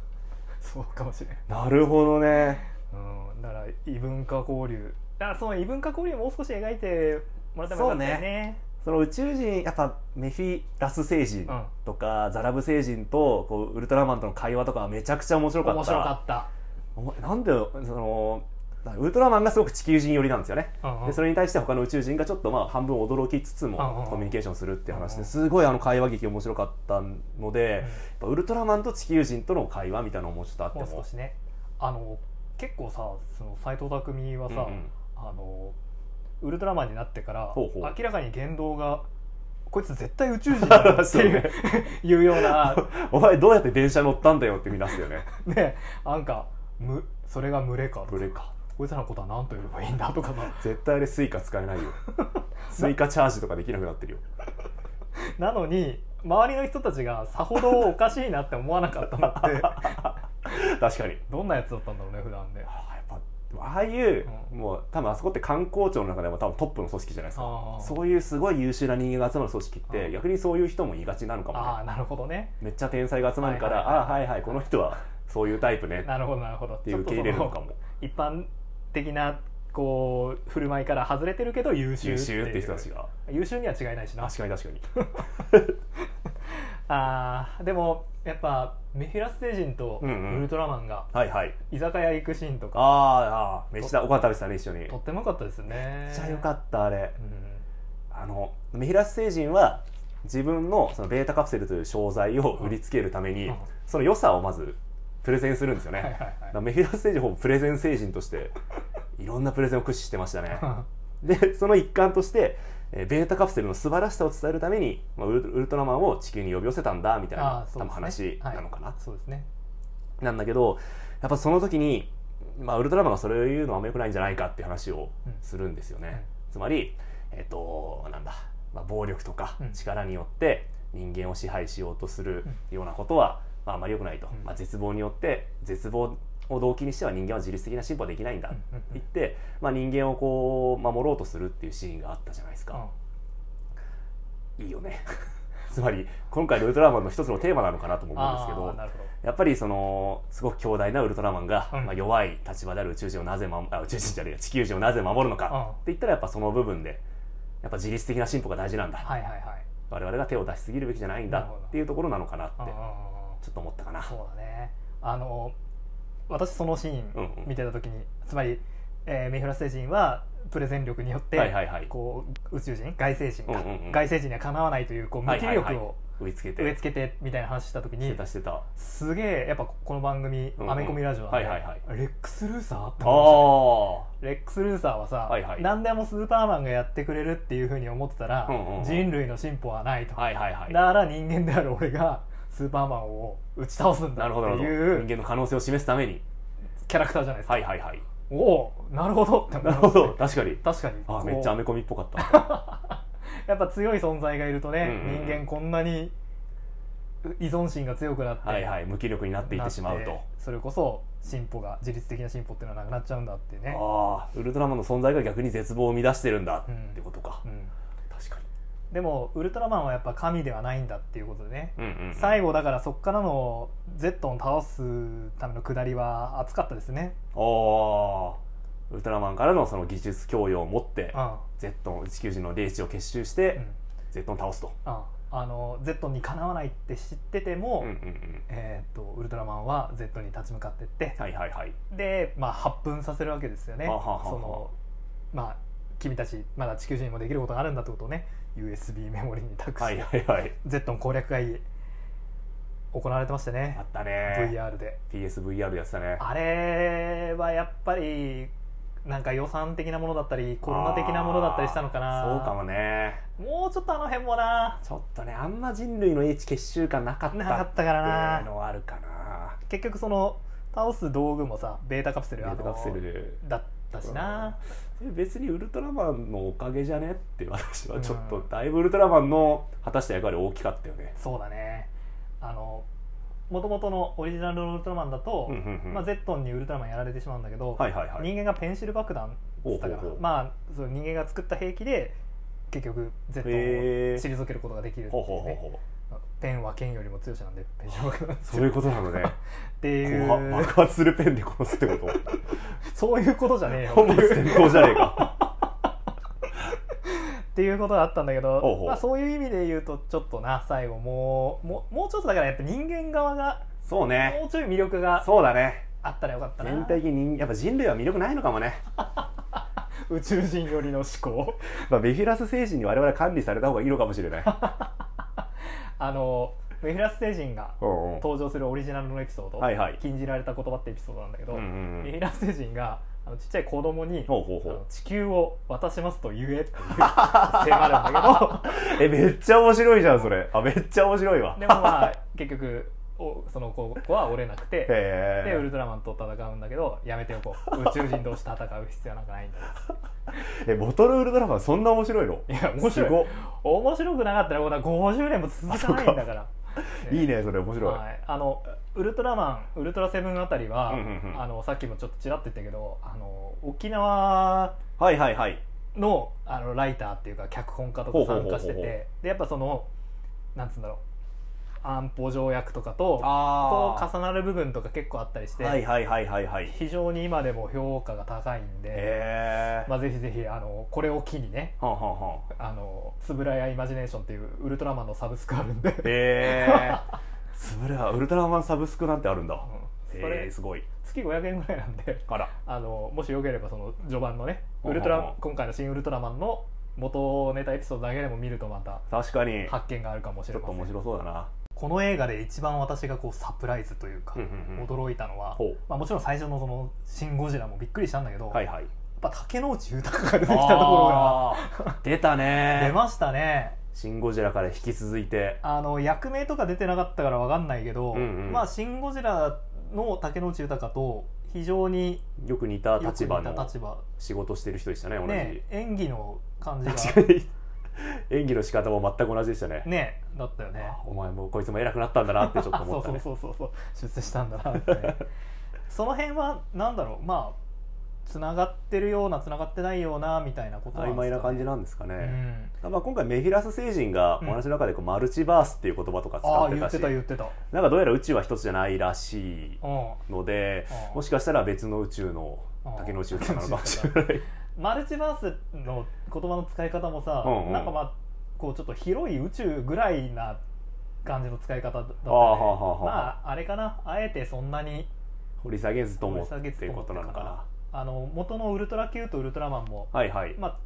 B: [laughs]
A: そうかもしれない、
B: なるほどね
A: うん、だから異文化交流だからその異文化交流もう少し描いてもらってもよかったよね
B: その宇宙人やっぱメフィラス星人
A: うん
B: とか、ザラブ星人とこうウルトラマンとの会話とかはめちゃくちゃ面白かった
A: 面白かった
B: お前なんでそのウルトラマンがすごく地球人寄りなんですよね
A: うんうん
B: でそれに対して他の宇宙人がちょっとまあ半分驚きつつ
A: うんう
B: も
A: ん
B: コミュニケーションするっていう話
A: うんう
B: で
A: ん
B: すごいあの会話劇面白かったので、
A: うん
B: やっぱウルトラマンと地球人との会話みたいなのもちょっとあって
A: も
B: も
A: う少しねあの結構さその斎藤工は
B: う
A: さ、
B: んうん
A: あのウルトラマンになってから
B: ほうほう
A: 明らかに言動がこいつ絶対宇宙人だろ [laughs] っていう
B: [laughs]
A: いうような
B: お前どうやって電車乗ったんだよって見出すよね
A: ねなんかむそれが群れか
B: ブレか
A: こいつらのことは何と呼べばいいんだとかさ
B: 絶対あれスイカ使えないよ
A: [laughs]
B: スイカチャージとかできなくなってるよ
A: なのに周りの人たちがさほどおかしいなって思わなかったのって
B: [laughs] 確かに
A: どんなやつだったんだろうね普段で。
B: あやっぱああいう、
A: うん
B: もう多分あそこって観光庁の中でも多分トップの組織じゃないですか
A: あー
B: そういうすごい優秀な人間が集まる組織って
A: うん
B: 逆にそういう人も言いがちなのかもね
A: ああなるほどね
B: めっちゃ天才が集まるか
A: は
B: ら、
A: いはいはい
B: ああはいはいこの人はそういうタイプねっ
A: なるほどなるほどって
B: 受け入れるの
A: [laughs]
B: かも
A: 一般的なこう振る舞いから外れてるけど優秀
B: 優
A: っていう
B: 秀って人たちが
A: 優秀には違いないしな
B: 確かに確かに
A: あーでもやっぱメフィラス星人と
B: うんうん
A: ウルトラマンが
B: はいはい
A: 居酒屋行くシーンと
B: あ
A: か、
B: あああ飯だご飯食べてたね一緒にめっ
A: とっても良かったですね
B: ちゃ良かったあれ
A: うん
B: あのメヒラス星人は自分のそのベータカプセルという商材を売りつけるために、
A: うん
B: その良さをまずプレゼンするんですよね、
A: はいはいはい
B: だからメヒラス星人ほぼプレゼン星人としていろんなプレゼンを駆使してましたねでその一環として、えーベータカプセルの素晴らしさを伝えるために、まあ、ウルトウルトラマンを地球に呼び寄せたんだみたい
A: あ
B: な
A: あそ
B: 多
A: う
B: 分
A: です
B: 話
A: ね
B: なのかな、
A: はい [laughs] そうですね
B: なんだけどやっぱその時に、まあ、ウルトラマンがそれを言うのはあんまよくないんじゃないかっていう話を
A: うん
B: するんですよね、つまりえっ、となんだ、まあ、暴力とか
A: うん
B: 力によって人間を支配しようとするようなことは、まあ、あんまり良くないと、
A: うん
B: まあ、絶望によって絶望を動機にしては人間は自律的な進歩はできないんだ
A: うんうん
B: 言って、まあ、人間をこう守ろうとするっていうシーンがあったじゃないです
A: うん
B: か、いいよね [laughs] つまり今回のウルトラマンの一つのテーマなのかなとも思うんですけ
A: あ
B: ど
A: ーなるほど
B: やっぱりそのすごく強大なウルトラマンが、
A: うん
B: まあ、弱い立場である宇宙人をなぜ守あ宇宙人じゃねえや地球人をなぜ守るのかって言ったらやっぱその部分でやっぱ自律的な進歩が大事なんだ、
A: はいはいはい
B: 我々が手を出しすぎるべきじゃないんだ
A: なるほど
B: っていうところなのかなって
A: うんうんうんうん
B: ちょっと思ったかな
A: そうだねあの私そのシー
B: うんう
A: ン
B: ん
A: 見てた時に、つまり、えーメフィラス星人はプレゼン力によって、
B: はいはいはい
A: こう宇宙人外星人か、
B: うんうんうん
A: 外星人にはかなわないというこう無
B: はい
A: 気
B: はいはい
A: 力を
B: 植え付けて
A: 植え付けてみたいな話した時に、
B: してたしてた
A: すげえやっぱこの番組「
B: うんうん
A: アメコミラジオ」なんで、
B: はいはい
A: レックス・ルーサーって
B: あ
A: 思いま
B: あ
A: したねレックス・ルーサーはさ、
B: はいはい
A: 何でもスーパーマンがやってくれるっていうふうに思ってたら、
B: うんうんうん
A: 人類の進歩はないと、
B: はいはいはい
A: だから人間である俺がスーパーマンを打ち倒すんだ
B: な
A: って
B: るほどなるほど
A: いう
B: 人間の可能性を示すために
A: キャラクターじゃないですか、
B: はいはいはい
A: おおなるほどって思
B: ないる
A: ま
B: ほ
A: したね
B: ど [laughs] 確かに
A: 確かに
B: あ
A: こう
B: めっちゃアメコミっぽ
A: [laughs]
B: かった
A: やっぱ強い存在がいるとね、
B: うんうんうん
A: 人間こんなに依存心が強くなって、
B: はいはい無気力になっていってしまう
A: なっ
B: と
A: てそれこそ進歩が自律的な進歩っていうのはなくなっちゃうんだってね、
B: ああウルトラマンの存在が逆に絶望を生み出してるんだ
A: うん
B: ってことか、
A: うん、
B: 確か
A: でもウルトラマンはやっぱ神ではないんだっていうことでね、
B: に、うんうん、
A: 最後だからそっからのゼットン倒すための下りは熱かったですね、
B: 後ああウルトラマンからのその技術教養を持って
A: うんうん
B: ゼットン地球人の霊視を結集して、ゼットンを倒すと、
A: うんあのゼットンにかなわないって知ってても、
B: うんうんうん
A: えー、とウルトラマンは Z に立ち向かってって、
B: はいはいはい
A: で、まあ、発奮させるわけですよね
B: はははは
A: そのまあ君たちまだ地球人にもできることがあるんだってことをね USB メモリに託
B: はい
A: し
B: はいはい
A: Z の攻略会行われてましたね
B: あったね
A: VR で
B: PSVR やってたね
A: あれはやっぱりなんか予算的なものだったりコロナ的なものだったりしたのかな
B: そうかもね
A: もうちょっとあの辺もな
B: ちょっとねあんま人類の英知結集感なかった
A: なかったから
B: っていう
A: な
B: のはあるかな
A: 結局その倒す道具もさベータカプセル
B: ベータカプセ
A: あの
B: ル
A: だったしな、
B: それ別にウルトラマンのおかげじゃねって私はちょっ
A: う
B: と
A: ん
B: だいぶウルトラマンの果たした役割大きかったよね、
A: そうだねあの元々のオリジナルのウルトラマンだと、
B: うんうんうん
A: まあ、ゼットンにウルトラマンやられてしまうんだけど、
B: はいはいはい
A: 人間がペンシル爆弾っつったから
B: ほうほうほう
A: まあその人間が作った兵器で結局ゼットンを
B: へー
A: 退けることができるってい
B: ほう
A: う
B: ほうほう
A: ね
B: ほう
A: ペンは剣よりも強しなんでペンション爆弾なんです
B: そういうことなのね
A: [laughs] っていう
B: 怖っ爆発するペンで殺すってこと
A: そういうことじゃねえよ
B: 本末転倒じゃねえ
A: [laughs]
B: か
A: っていうことがあったんだけど
B: ほうほう
A: まあ、そういう意味で言うとちょっとな最後もうもうもうちょっとだからやっぱ人間側が
B: そうね
A: もうちょい魅力が
B: そうだね
A: あったらよかったな
B: 全体的にやっぱ人類は魅力ないのか
A: [laughs]
B: もね
A: 宇宙人寄りの思考 [laughs]
B: まあビフィラス星人に我々管理された方がいいのかもしれない
A: あのメフィラス星人が
B: うんうん
A: 登場するオリジナルのエピソード、
B: はいはい
A: 禁じられた言葉ってエピソードなんだけど、
B: うんうんう
A: メフィ
B: ん
A: ラス星人があのちっちゃい子供に
B: ほうほう
A: あ
B: ほ
A: の
B: う
A: 地球を渡しますと言えっていう迫るんだ
B: [laughs]
A: けど
B: えめっちゃ面白いじゃんそれあめっちゃ面白いわ
A: でもまあ結局おその子は折れなくて、
B: へ
A: でウルトラマンと戦うんだけどやめておこ
B: [laughs]
A: う宇宙人同士戦う必要なんかないんだよ
B: ええボトルウルトラマンそんな面白いの
A: いや面白い
B: すごっ
A: 面白くなかったらこんな50年も続かないんだから
B: いいねそれ面白い、
A: はい、あのウルトラマンウルトラセブンあたりは、
B: うんうんうん
A: あのさっきもちょっとちらっと言ったけどあの沖縄
B: はいはいはい
A: のあのライターっていうか脚本家と
B: ほう
A: か
B: ほう
A: 参
B: ほうほう
A: 加しててでやっぱそのなんつうんだろう安保条約とかとと
B: あ
A: 重なる部分とか結構あったりして、
B: はいはいはいはいはい
A: 非常に今でも評価が高いんで、
B: へえ
A: まあ、ぜひぜひあのこれを機にね
B: はんはんはん
A: あのつぶらやイマジネーションっていうウルトラマンのサブスクあるんで、
B: へえ [laughs] つぶれはウルトラマンサブスクなんてあるんだ
A: うんそ
B: へ
A: れ
B: えすごい
A: 月500円ぐらいなんで
B: あら
A: あのもしよければその序盤のね
B: ほう
A: ウル
B: ほうほ
A: ト
B: う
A: ラ今回の新ウルトラマンの元ネタエピソードだけでも見るとまた
B: 確かに
A: 発見があるかもし
B: ち
A: れ
B: ょっ
A: ま
B: と
A: せん
B: 面白そうだな
A: この映画で一番私がこうサプライズというか、
B: うんうんうん
A: 驚いたのは、
B: ほ
A: まあ、もちろん最初のその「シン・ゴジラ」もびっくりしたんだけど、
B: うはい
A: やっ
B: はい
A: ぱ竹野内豊が出てきたとこ
B: ろが [laughs] 出た
A: ろが出
B: ね
A: ましたね
B: 「シン・ゴジラ」から引き続いて
A: あの役名とか出てなかったからわかんないけど、
B: うんうん
A: まあ、シン・ゴジラの竹野内豊と非常に
B: よく似た
A: よく
B: 立
A: 似
B: 場
A: た
B: の
A: 立場
B: 仕事してる人でしたね同
A: ね
B: じ
A: 演技の感じが
B: 確かに [laughs] 演技の仕方も全く同じでしたね
A: ねだったよね
B: あお前もこいつも偉くなったんだなってちょっと
A: あ
B: 思
A: そう [laughs] そ
B: ったね
A: うそうそうそう出世したんだなって
B: [laughs]
A: ねその辺はなんだろうまあつながってるようなつながってないようなみたいなこと
B: 曖昧な感じ
A: な
B: なんですか
A: ん
B: ね、
A: で
B: まあ、今回メフィラス星人が
A: うん
B: お話の中でこうマルチバースっていう言葉とか
A: すかね、うん、あ
B: 使
A: あ言って
B: ってたし、
A: た言ってたうん
B: なんかどうやら宇宙は一つじゃないらしいので
A: うん
B: もしかしたら別の宇宙の竹の内宇宙なのかも
A: [laughs]
B: しれない
A: マルチバースの言葉の使い方もさ、
B: うんうん
A: なんかまあこうちょっと広い宇宙ぐらいな感じの使い方だったよね
B: ああはあはあ
A: ま
B: はあ
A: ああれかなあえてそんなに
B: 掘り下げずともっ
A: 掘り下げず
B: て
A: と
B: いう
A: も
B: ことなの
A: って
B: か
A: あの元のウルトラ Q とウルトラマンも
B: なはいはいへ
A: まあ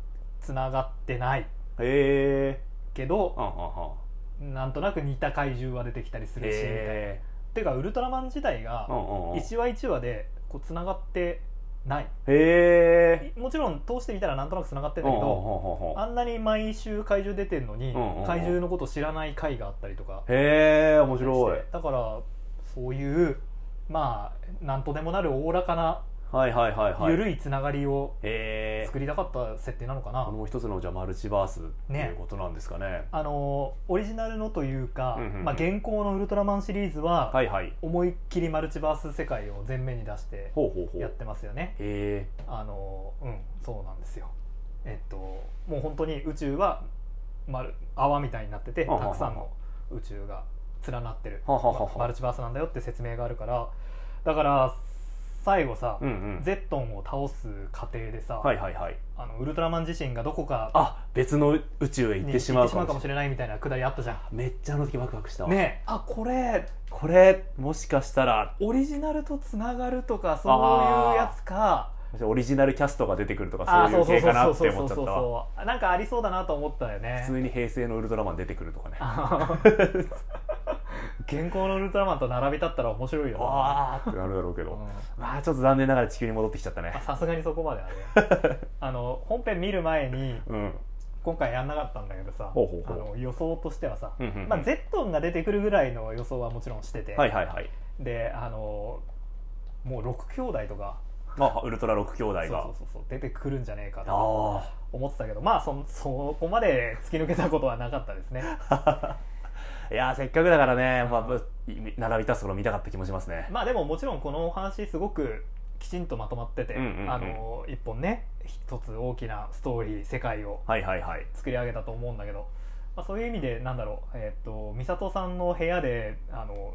A: つながってない
B: え
A: けど
B: はんはんはん
A: なんとなく似た怪獣は出てきたりするしみたいな、
B: へえ
A: てかウルトラマン自体
B: うん
A: が
B: うんうんへ
A: 1話1話でこうつながってない
B: え
A: もちろん通してみたらなんとなくつながってん
B: うんう
A: だ
B: んう
A: け
B: ん
A: ど
B: うんうん
A: あんなに毎週怪獣出てんのに
B: うんうんうん
A: 怪獣のこと知らない回があったりとか
B: へえ面白
A: してだからそういうまあなんとでもなるおおらかない
B: はいはいはいはい
A: 緩いつながりを
B: へえ
A: 作りたかった設定なのかな、
B: この一つのじゃあマルチバースってい
A: ね
B: うことなんですかね
A: あのオリジナルのというか、
B: うんうんうん
A: まあ、現行のウルトラマンシリーズは、
B: はいはい
A: 思いっきりマルチバース世界を前面に出して
B: ほうほうほう
A: や
B: へ
A: ってますよね
B: え
A: あのうんそうなんですよえっともう本当に宇宙は丸泡みたいになってて
B: はあはあ
A: たくさんの宇宙が連なってる
B: はあはあはあ
A: まマルチバースなんだよって説明があるからだから最後さ、
B: うんうん
A: ゼットンを倒す過程でさ、
B: はいはいはい
A: あのウルトラマン自身がどこか
B: あ別の宇宙へ
A: に
B: 行ってしま
A: 行っ
B: うか
A: てしまうかも
B: もし
A: し
B: れ
A: れないみたいなくだりあったじゃん
B: ないめっちゃあの時ワクワクしたわ
A: ねえあこれ
B: これもしかしたら
A: オリジナルとつながるとかそういうやつか
B: オリジナルキャストが出てくると
A: あ
B: か
A: ー
B: そういう系かなって
A: そ
B: 思っ
A: う
B: ちゃ
A: そう
B: った
A: そう
B: わ
A: そうなんかありそうだなと思ったよね
B: 普通に平成のウルトラマン出てくるとかね
A: あー現行のウルトラマンと並び立ったら面白いよな
B: わーってなるだろうけ
A: うん
B: どまあちょっと残念ながら地球に戻ってきちゃったね
A: さすがにそこまではね
B: [laughs]
A: あの本編見る前に
B: うん
A: 今回やんなかったんだけどさ
B: ほうほうほう
A: あの予想としてはさ、
B: うんうんうん
A: まあ、ゼットンが出てくるぐらいの予想はもちろんしてて、
B: はいはいはい
A: であのもう6兄弟とか
B: あウルトラ6兄弟
A: そ
B: が
A: うそうそうそう出てくるんじゃねえかと
B: あ
A: 思ってたけどまあそ [laughs] そこまで突き抜けたことはなかったですね
B: あいやーせっかくだからね、まあ、ぶ並び立つところ見たかった気もしますね
A: [laughs] まあでももちろんこのお話すごくきちんとまとまってて、
B: うんうんうん
A: あの一本ね一つ大きなストーリー世界を
B: はいはいはい
A: 作り上げたと思うんだけどまあ、そういう意味でなんだろう、えー、と美里さんの部屋であの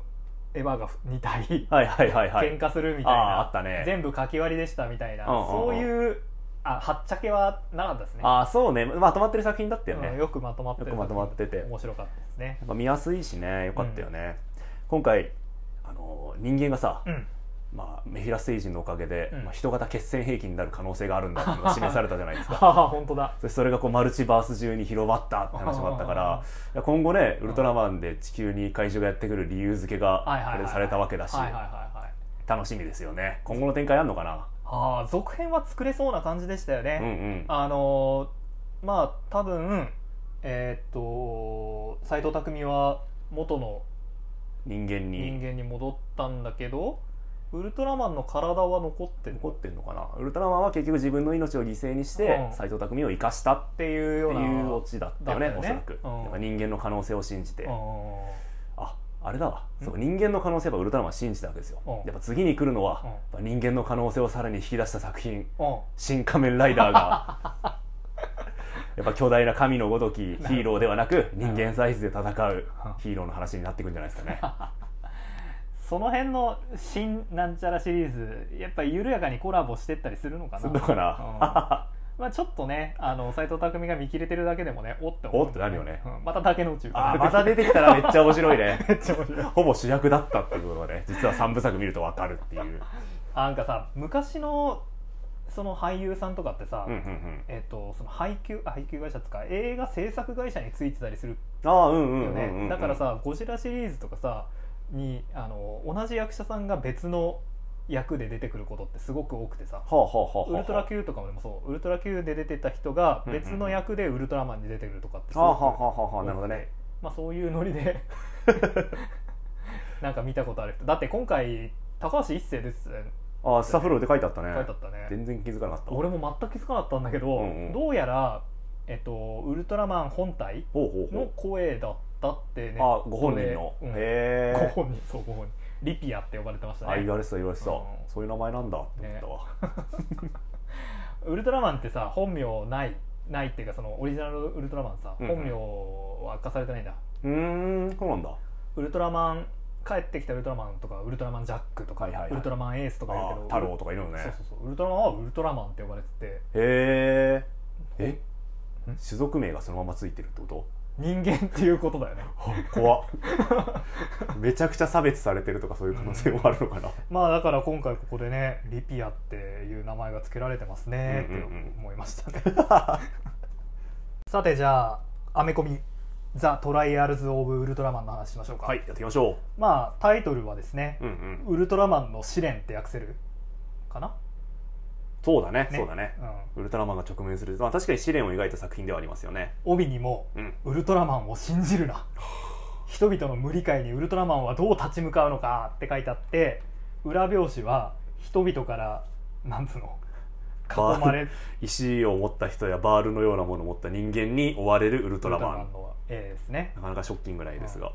A: エヴァが2体
B: はいはいはいはい
A: 喧嘩するみたいな、
B: ああーあったね
A: 全部書き割りでしたみたいな、
B: うんうんうん
A: そういうあはっちゃけはなかったですね
B: ああそうねまとまってる作品だったよね、
A: うん
B: やっ
A: よくまとまってる
B: よくまとまってて
A: 面白かったですね
B: ぱ見やすいしねよかったよね、今回あのー人間がさ、
A: うん [laughs]
B: まあ、メヒラ星人のおかげで、
A: うん
B: まあ、人型血栓兵器になる可能性があるんだっていうのが示されたじゃな
A: [laughs]
B: いですか
A: ああ本当だ
B: そしてそれがこうマルチバース中に広まったって話もあったからいや今後ねウルトラマンで地球に怪獣がやってくる理由付け
A: はいはい
B: が
A: はい
B: これされたわけだし
A: はいはいはいはい
B: 楽しみですよね今後の展開あんのかな
A: ああ続編は作れそうな感じでしたよね、
B: うんうん
A: あのーまあ多分えーっと斎藤工は元の
B: 人間
A: 人
B: に
A: 間に戻ったんだけど、ウルトラマンの体は残ってるっ
B: 残ってんのかなウルトラマンは結局自分の命を犠牲にし
A: う
B: て
A: ん
B: 斎藤匠を生かしたって
A: いうよ
B: て
A: うな
B: いうオチだったよね
A: だっ
B: お
A: た
B: そ
A: よ
B: ら
A: ね
B: くだ
A: うん
B: から人間の可能性を信じて
A: うん
B: ああれだわ
A: ん
B: そう人間の可能性はウルトラマン信じたわけですよ
A: うん
B: やっぱ次に来るのは
A: うん
B: やっぱ人間の可能性をさらに引き出した作品
A: うん
B: 新仮面ライダーが
A: [laughs]
B: やっぱ巨大な神のごときヒーローではなく人間サイズで戦うヒーローの話になってくんじゃないで
A: [laughs]
B: すかね
A: その辺の新なんちゃらシリーズやっぱり緩やかにコラボしてったりするのか
B: す
A: な
B: るのか
A: う
B: な
A: まあ、ちょっとねあの斎藤匠が見切れてるだけでもねおって思う
B: おってなるよね
A: うんまた竹の宇宙が
B: あーまた出てきたらめっちゃ面白いね
A: [laughs] めっちゃ面白い
B: ほぼ主役だったっていうことがね実は3部作見ると分か
A: [laughs]
B: るっていう
A: [laughs] なんかさ昔のその俳優さんとかってさ、
B: うんうんうん
A: えっとその配給あ配給会社つか映画制作会社についてたりする
B: ああうんう
A: よ
B: んうん
A: ね、
B: うんうん
A: だからさ「ゴジラ」シリーズとかさにあの同じ役者さんが別の役で出てくることってすごく多くてさ
B: はあはあはあはあ
A: ウルトラ Q とかもでもそうウルトラ Q で出てた人が
B: うんうんうん
A: 別の役でウルトラマンに出てくるとかってす
B: はあ
A: ご
B: は
A: く
B: あはあはあなるほどね
A: まあ、そういうノリ
B: [laughs]
A: でなんか見たことある人だって今回高橋一生ですって
B: ああスタッフローで書いてあったね
A: 書いてあったね
B: 全然気づかなかった
A: 俺も全く気づかなかったんだけど、
B: うんうん
A: どうやら、えっと、ウルトラマン本体
B: ほうほう
A: の声だったってね
B: ほうあご本人の
A: うん
B: へ
A: ご
B: え
A: 本人そうご本人リピアって呼ばれてました
B: あ言
A: ね
B: われてた言われてた、
A: うん
B: そういう名前なんだって思ったわ、
A: ウルトラマンってさ本名ないないっていうかそのオリジナルウルトラマンさ、
B: うんうん
A: 本名は明かされてないんだ
B: うーんそうなんだ
A: ウルトラマン帰ってきたウルトラマンとかウルトラマンジャックとか、
B: はいはいはい
A: ウルトラマンエースとかいる
B: あ
A: け
B: ー
A: ど
B: 太郎とかいるのね
A: そうそうそうウルトラマンはウルトラマンって呼ばれてて
B: へええ
A: ん
B: 種族名がそのままついてるってこと
A: 人間っていうことだよね
B: [laughs] 怖っめちゃくちゃ差別されてるとかそういう可能性もあるのかな、
A: まあだから今回ここでねリピアっていう名前が付けられてますね
B: うんうんうん
A: って思いましたね [laughs] さてじゃあアメコミ「ザ・トライアルズ・オブ・ウルトラマン」の話しましょうか、
B: はいやっていきましょ
A: まあタイトルはですね
B: う、うんうん
A: 「ウルトラマンの試練」って訳せるかな、
B: そうだね
A: ね
B: そうだね
A: うん、
B: ウルトラマンが直面する、まあ、確かに試練を描いた作品ではありますよね
A: 帯にも
B: うん
A: ウルトラマンを信じる
B: [laughs]
A: な人々の無理解にウルトラマンはどう立ち向かうのかって書いてあって裏表紙は人々からなんつうの囲まれ
B: [laughs] 石を持った人やバールのようなものを持った人間に追われるウルトラマン
A: の絵ですね
B: なかなかショッキングないですが、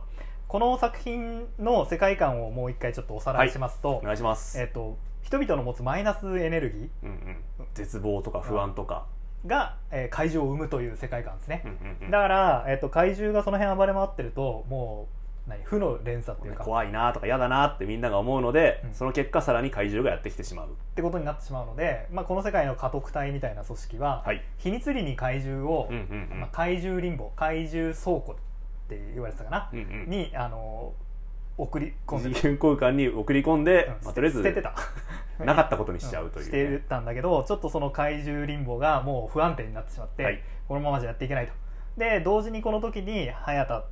A: この作品の世界観をもう一回ちょっとおさらいしますと,、
B: お願いします、
A: えっと人々の持つマイナスエネルギ
B: うんうん、絶望とか不安とか、
A: ーが、えー、怪獣を生むという世界観ですね、
B: うんうんうん
A: だから、えっと怪獣がその辺暴れ回ってるともう何負の連鎖っていうか
B: 怖いなとか嫌だなってみんなが思うので、
A: うん
B: その結果さらに怪獣がやってきてしまう
A: ってことになってしまうので、まあ、この世界の家督隊みたいな組織は、
B: はい
A: 秘密裏に怪獣を、
B: うんうんうん
A: まあ、怪獣林母怪獣倉庫って言われてたかな、
B: うんうん
A: にあの送り込ん
B: 二
A: で
B: 次元空間に送り込んで、
A: うん
B: まあ、とりあえず
A: 捨て
B: [laughs]
A: てた
B: なかったことにしちゃうというう、
A: ん
B: ね
A: してたんだけどちょっとその怪獣林母がもう不安定になってしまって、
B: はい
A: このままじゃやっていけないとで同時にこの時に早田、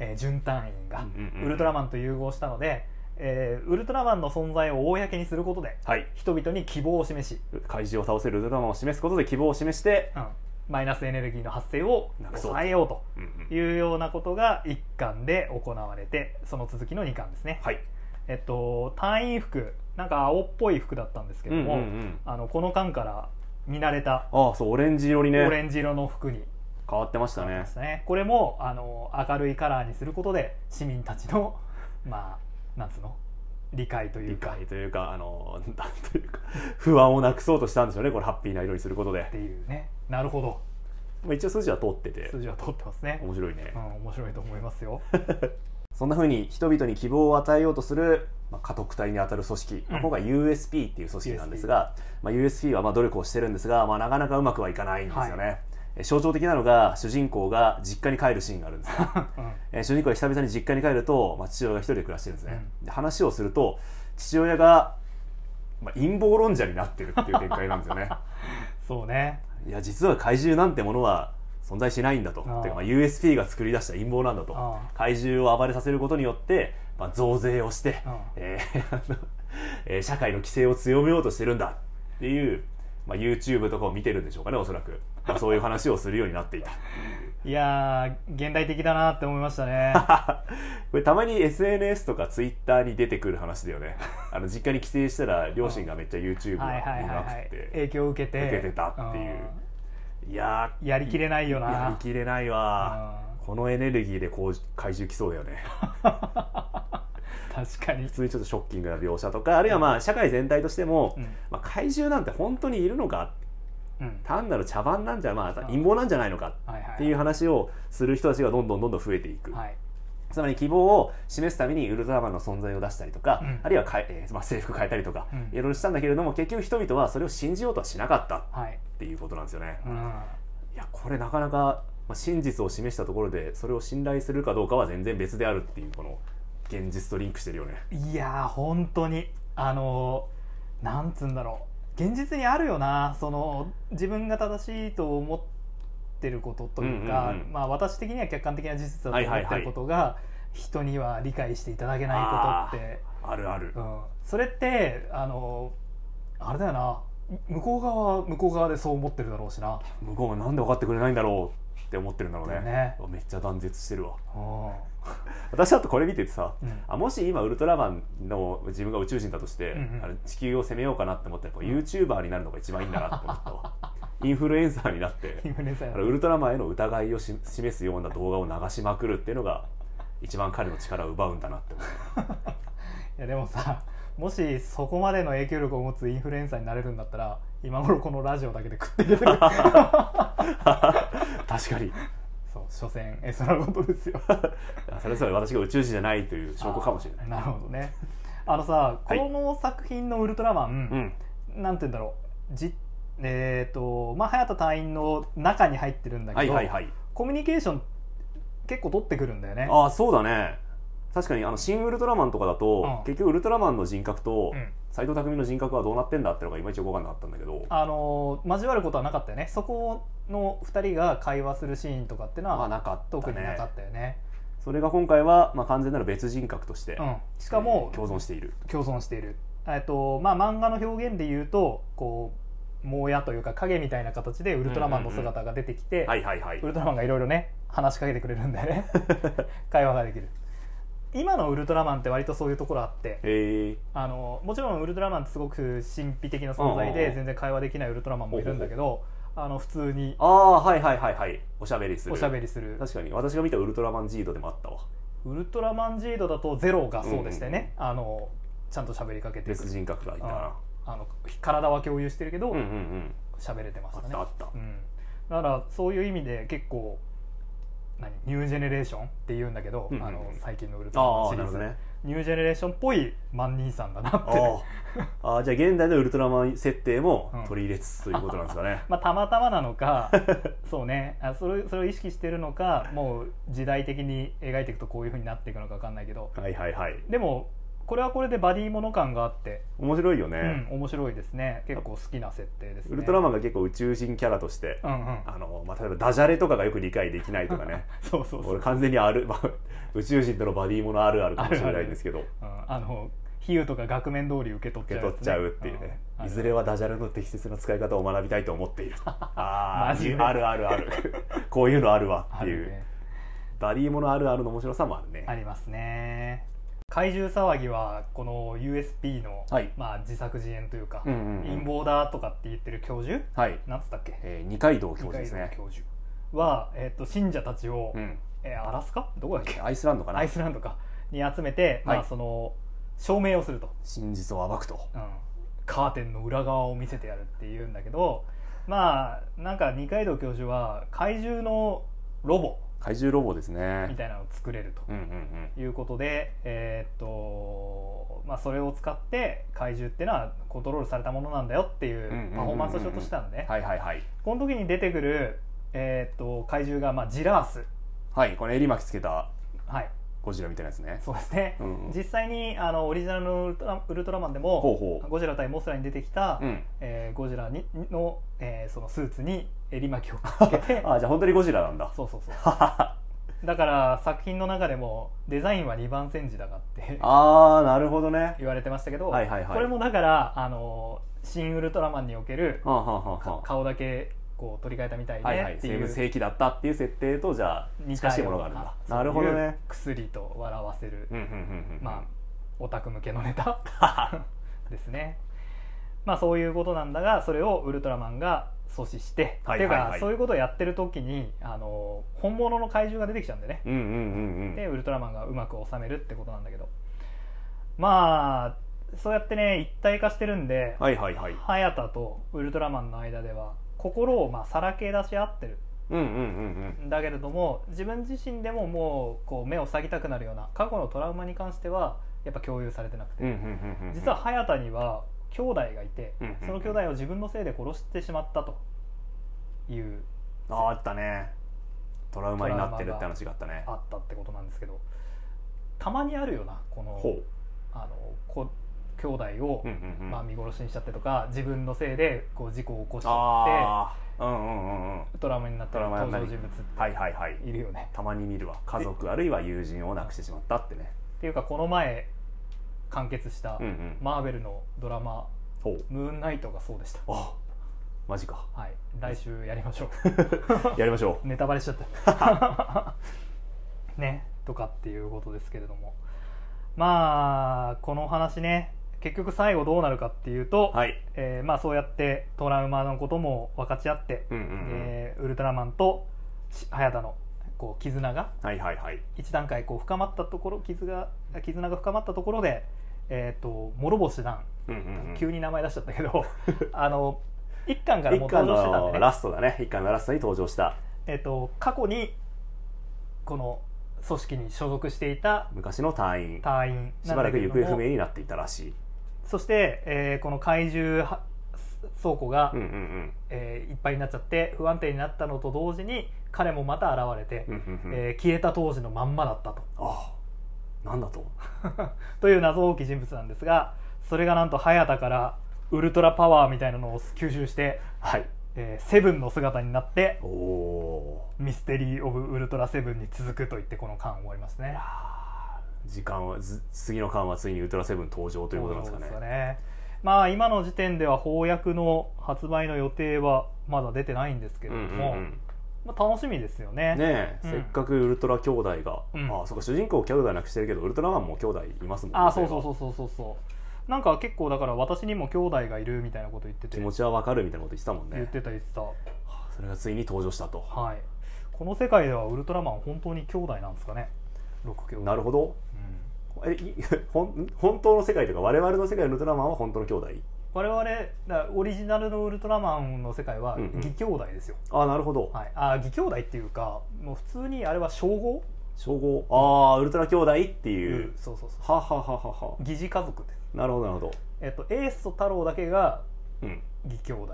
A: えー準隊員が
B: うんうんうん
A: ウルトラマンと融合したので、えーウルトラマンの存在を公にすることで
B: はい
A: 人々に希望を示し、
B: 怪獣を倒せるウルトラマンを示すことで希望を示して、
A: うんマイナスエネルギーの発生を
B: なくそう
A: 抑えようと
B: うんうん
A: いうようなことが1巻で行われてその続きの2巻ですね、
B: はい
A: えっと単位服なんか青っぽい服だったんですけども、
B: うんうんうん
A: あのこの巻から見慣れた
B: ああそうオレンジ色に
A: オ
B: ね
A: レンジ色の服に
B: 変わってました
A: なり
B: ね
A: ましたねこれもあの明るいカラーにすることで市民たちのまあなんつうの理解とい
B: 理
A: うか
B: 解というかあの [laughs] なんというか不安をなくそうとしたんでしょうねこれハッピーな色にすることで
A: っていうねなるほど
B: まあ、一応数字は通ってて
A: 数字は通ってますね、
B: 面白いね、
A: うん、面白いと思います
B: [laughs]
A: よ
B: そんなふうに人々に希望を与えようとする、まあ、家督隊にあたる組織、まあ、今回 USP っていう組織なんですが、まあ、USP はまあ努力をしてるんですが、まあ、なかなかうまくはいかないんですよね、え象徴的なのが主人公が実家に帰るシーンがあるんです [laughs] が、え主人公が久々に実家に帰ると、まあ、父親が一人で暮らしてるんですね、で話をすると父親が、まあ、陰謀論者になってるっていう展開なんです [laughs] よね
A: そうね
B: いや実は怪獣なんてものは存在しないんだと
A: ああ
B: てかまあ USP が作り出した陰謀なんだと
A: ああ
B: 怪獣を暴れさせることによって、まあ、増税をして
A: ああ
B: えー [laughs] あのえー社会の規制を強めようとしてるんだっていう、まあ、YouTube とかを見てるんでしょうかねおそらく、まあ、そういう話をするようにな
A: [laughs]
B: っていた
A: いやー現代的だなって思いました
B: [laughs]
A: ね
B: これたまに SNS とか Twitter に出てくる話だよねあの実家に帰省したら両親がめっちゃ YouTube が
A: はいはい
B: 見
A: はい、
B: まく
A: はい
B: っ、て
A: 影響を受けて
B: 受けてたっていういや
A: うんやりきれないよ
B: ーや
A: な
B: りきれないわー
A: うん
B: このエネルギーでこう怪獣来そうだよね [laughs]
A: [laughs] 確かに
B: 普通にちょっとショッキングな描写とかあるいはまあ社会全体としても、
A: うん
B: まあ、怪獣なんて本当にいるのか
A: うん
B: 単なる茶番なんじゃ、まあ、
A: ん
B: 陰謀なんじゃないのか
A: はいはいはい
B: っていう話をする人たちがどんどんどんどん増えていく、
A: はい
B: つまり希望を示すためにウルトラマンの存在を出したりとか、
A: うん
B: あるいはかえーまあ、制服変えたりとか、
A: うん
B: いろいろしたんだけれども結局人々はそれを信じようとはしなかったっ
A: はい
B: ていうことなんですよね、
A: うん
B: いやこれなかなか、まあ、真実を示したところでそれを信頼するかどうかは全然別であるっていうこの現実とリンクしてるよね
A: いやー本当にあのーなんつうんだろう現実にあるよなその自分が正しいと思ってることというか、
B: うんうんうん
A: まあ、私的には客観的な事実だと思ってることが、人には理解していただけないことって、
B: あるある、
A: うん、それってあのーあれだよな向こう側は向こう側でそう思ってるだろうしな、
B: 向こうがなんで分かってくれないんだろうって思ってるんだろうね
A: だよね
B: めっちゃ断絶してるわ
A: うん
B: 私だとこれ見ててさ、
A: うん
B: あもし今ウルトラマンの自分が宇宙人だとして、
A: うんうん
B: あの地球を攻めようかなって思ったらこう YouTuber になるのが一番いいんだなって思ったわ [laughs] インフルエンサーになって
A: [laughs] インフルエンサー
B: あ
A: やな
B: のウルトラマンへの疑いをし示すような動画を流しまくるっていうのが一番彼の力を奪うんだなって思う
A: い
B: [laughs]
A: やでもさ [laughs] もしそこまでの影響力を持つインフルエンサーになれるんだったら今頃このラジオだけで食っていけ
B: [laughs]
A: てる
B: 確かに
A: そう所詮えそのことですよ
B: あそれぞれ私が宇宙人じゃないという証拠かもしれない
A: なるほどねあのさこ
B: はい
A: の作品の「ウルトラマ
B: う
A: ン
B: ん」
A: なんて言うんだろうじえっ、とまあ早田隊員の中に入ってるんだ
B: は
A: け
B: い
A: ど、
B: はいはい
A: コミュニケーション結構取ってくるんだよね
B: ああそうだね確かにあの新ウルトラマンとかだと、
A: うん
B: 結局ウルトラマンの人格と
A: うん
B: 斎、藤工の人格はどうなってんだってのがいまいちよく分かんなかったんだけど
A: あの交わることはなかったよねそこの2人が会話するシーンとかっての
B: まあ
A: は
B: なかったね
A: 特になかったよね
B: それが今回は、まあ、完全なる別人格として、
A: うん、しかも
B: えー共存している
A: 共存している、えっとまあ、漫画の表現で言うとこう盲屋というか影みたいな形でウルトラマンの姿が出てきて、
B: はいはいはい
A: ウルトラマンがいろいろね話しかけてくれ
B: [laughs]
A: るんだよね会話ができる今のウルトラマンって割とそういうところあって
B: え
A: あのもちろんウルトラマンってすごく神秘的な存在
B: うんうんう
A: で
B: ん
A: 全然会話できないウルトラマンもいるんだけどあの普通に
B: ー、ああはいはいはいはいおしゃべりする
A: おしゃべりする
B: 確かに私が見たウルトラマンジードでもあったわ
A: ウルトラマンジードだとゼロがそうでしたよね、あのちゃんと喋りかけてく
B: 別
A: る
B: 人格がいたな
A: あの体は共有してるけど
B: うんうんうん
A: 喋、れてま
B: あ
A: し
B: った
A: ね
B: たあった、
A: うん、だからそういう意味で結構何ニュージェネレーションって言うんだけど、
B: うんうん
A: あの最近のウルトラマ
B: あ
A: ン
B: あ
A: シ
B: な
A: リー
B: るほ
A: ズ、
B: ど
A: [laughs]
B: ね
A: ニュージェネレーションっぽいマンニーさんだなって
B: ああああじゃあ現代のウルトラマン設定も
A: うん
B: 取り入れつつということなんですかね
A: [laughs] まあ、たまたまなのかそうねあそれそれを意識してるのかもう時代的に描いていくとこういうふうになっていくのか分かんないけど
B: はいはいはい
A: でもこれはこれでバディもの感があって、
B: 面白いよね、
A: うん、面白いですね結構好きな設定ですね
B: ウルトラ
A: マン
B: マンが結構宇宙人キャラとして、
A: うんうん
B: あのまあ、例えばダジャレとかがよく理解できないとかね
A: [laughs] そうそうそう
B: 俺完全にある、まあ、宇宙人とのバディものあるあるかもしれないんですけど
A: うんあの比喩とか額面通り受け取っちゃ
B: 受け
A: うや
B: 取っ
A: つね、
B: ちゃうっていうね、
A: うん
B: いずれはダジャレの適切な使い方を学びたいと思って
A: [laughs]
B: いるああ
A: マジで
B: あるある
A: [laughs]
B: あるこういうのあるわっ
A: あ
B: てい
A: る
B: う、
A: ね
B: バディものあるあるの面白さもあるね
A: ありますね怪獣騒ぎはこの USP の、
B: はい
A: まあ、自作自演というか、
B: うんうんうん
A: 陰謀だとかって言ってる教授
B: はい、
A: なんつったっけ
B: えー二階堂教授です
A: 二階
B: ね
A: 堂教授は、えっと信者たちを、
B: うん
A: えーアラスカどこだっけ
B: アイスランドかな
A: アイスランドかに集めて、ま
B: は
A: あ、
B: い
A: その証明をすると、
B: 真実を暴くと
A: うんカーテンの裏側を見せてやるっていうんだけどまあなんか二階堂教授は怪獣のロボ
B: 怪獣ロボです
A: み
B: ね
A: たいなのを作れる
B: うんうん
A: ということで、えーっとまあ、それを使って怪獣っていうのはコントロールされたものなんだよってい
B: うんうんうんう
A: うん
B: うん
A: パフォーマンスをしようとしたの
B: う
A: ね
B: んはいはいはい
A: この時に出てくる、えーっと怪獣が、まあ、ジラース
B: はいこの襟巻きつけた
A: はい
B: ゴジラみたいなやつね
A: そうですね、
B: うん
A: 実際にあのオリジナルのウルトラウルトラマンでも
B: ほうほう
A: ゴジラ対モスラに出てきた、
B: うん
A: えーゴジラにの,、えーそのスーツに襟巻きをかけて
B: あじゃあ本当にゴジラなんだ
A: そうそうそうだから作品の中でもデザインは二番煎じだがって
B: [laughs] ああなるほどね
A: 言われてましたけど、
B: はいはいはい
A: これもだからあの新ウルトラマンにおける
B: はあはあはあ
A: か
B: はあ
A: 顔だけこう取り替えたみたい
B: はいは
A: ね
B: い
A: ってい
B: 生
A: う、
B: 物兵器だったっていう設定とじゃあ
A: 似た
B: 近しい
A: よ
B: も
A: う
B: のがあるんだなるほど
A: そういう
B: ね
A: 薬と笑わせる、
B: うんうんうんうん
A: まあオタク向けのネタ [laughs] ですねまあそういうことなんだがそれをウルトラマンが阻止して、
B: はい
A: っていう
B: はい
A: か
B: はい
A: そういうことをやってる時にあの本物の怪獣が出てきちゃうんでね
B: うんうんうんうん
A: でウルトラマンがうまく収めるってことなんだけどまあそうやってね一体化してるんで、
B: はいはいはい
A: 早田とウルトラマンの間では心をまあさらけ出し合ってる
B: うんうんうん
A: んだけれども自分自身でももうこう目を塞ぎたくなるような過去のトラウマに関してはやっぱ共有されてなく
B: うんうんう
A: て、
B: んうんうん
A: 実は早田には兄弟がいて、
B: うんうんうん
A: その兄弟を自分のせいで殺してしまったという
B: あーあったねトラウマになってるって話があったね
A: あったってことなんですけどたまにあるよなこの
B: ほ
A: あのこ兄弟を、
B: ううんうんうん
A: まあ、見殺しにしちゃってとか自分のせいでこう事故を起こしちゃ
B: ああうんうんうんうん
A: ってトラウマになった
B: トラウマ
A: 登
B: にな
A: 場
B: り
A: 人物っ
B: はいはいはい
A: ているよね。
B: たまに見るわ家族あるいは友人を亡くしてしまったってね
A: っていうかこの前完結した
B: うんうん
A: マーベルのドラマ
B: ほう
A: 「ムーンナイト」がそうでした。
B: あマジか
A: はい、来週やりましょ
B: やりましょ [laughs]
A: うネタバレしちゃった [laughs] ねとかっていうことですけれどもまあこのお話ね結局最後どうなるかっていうと、
B: うはい
A: えーまあ、そうやってトラウマのことも分かち合って、
B: うんうんうん
A: えーウルトラマンとし早田のこう絆が
B: はいはいはい
A: 一段階こう深まったところ絆が絆が深まったところで、えー、と諸星団、
B: うんうんうん
A: 急に名前出しちゃったけ
B: [laughs]
A: どあの一巻からも
B: 一
A: う登
B: 巻
A: 場してたん
B: の
A: で
B: ラ
A: ね、
B: ストだね一巻のラストに登場した
A: えー、と過去にこの組織に所属していた
B: 昔の隊員
A: 隊員
B: し
A: なん
B: ば
A: だ
B: らく
A: けれ
B: 行
A: ども
B: 方不明になっていたらしい
A: そして、えーこの怪獣は倉庫が、
B: うんうんうん
A: えーいっぱいになっちゃって不安定になったのと同時に彼もまた現れて、
B: うんうんうん
A: えー消えた当時のまんまだったと
B: ああなんだと
A: という謎多き人物なんですがそれがなんと早田からウルトラパワーみたいなのを吸収して、
B: はい
A: えーセブンの姿になって
B: おお
A: ミステリー・オブ・ウルトラセブンに続くと言ってこの巻終わりますね。
B: ー時間はず次の巻はついにウルトラセブン登場ということなんですかね
A: そうねまあ今の時点では翻訳の発売の予定はまだ出てないんですけれ
B: う
A: ど
B: んうん
A: も、
B: うん
A: まあ、楽しみですよね。
B: ねえ、
A: うん
B: せっかくウルトラ兄弟が、
A: うん
B: ああそうか主人公兄弟なくしてるけどウルトラマンも兄弟いますもんね
A: あそうそう
B: う
A: そうそうそうそうなんか結構だから私にも兄弟がいるみたいなこと言ってて
B: 気持ちはわかるみたいなこと言ってたもん
A: 言っ
B: ね
A: てた言ってた
B: それがついに登場したと
A: はいこの世界ではウルトラマン本当に兄弟なんですかね六兄弟
B: なるほど
A: うん
B: えい [laughs] ほん本当の世界というか我々の世界のウルトラマンは本当の兄弟
A: 我々だからオリジナルのウルトラマンの世界は
B: うんうん
A: 義兄弟ですよ、
B: ああなるほど、
A: はい、あ義兄弟っていうかもう普通にあれは称号、
B: 称号ああウルトラ兄弟っ
A: う
B: ていう、
A: んそうそうそ
B: ははははは
A: う疑似家族です、
B: なるほどなるほど、
A: えっと、エースと太郎だけが
B: うん、
A: 義兄弟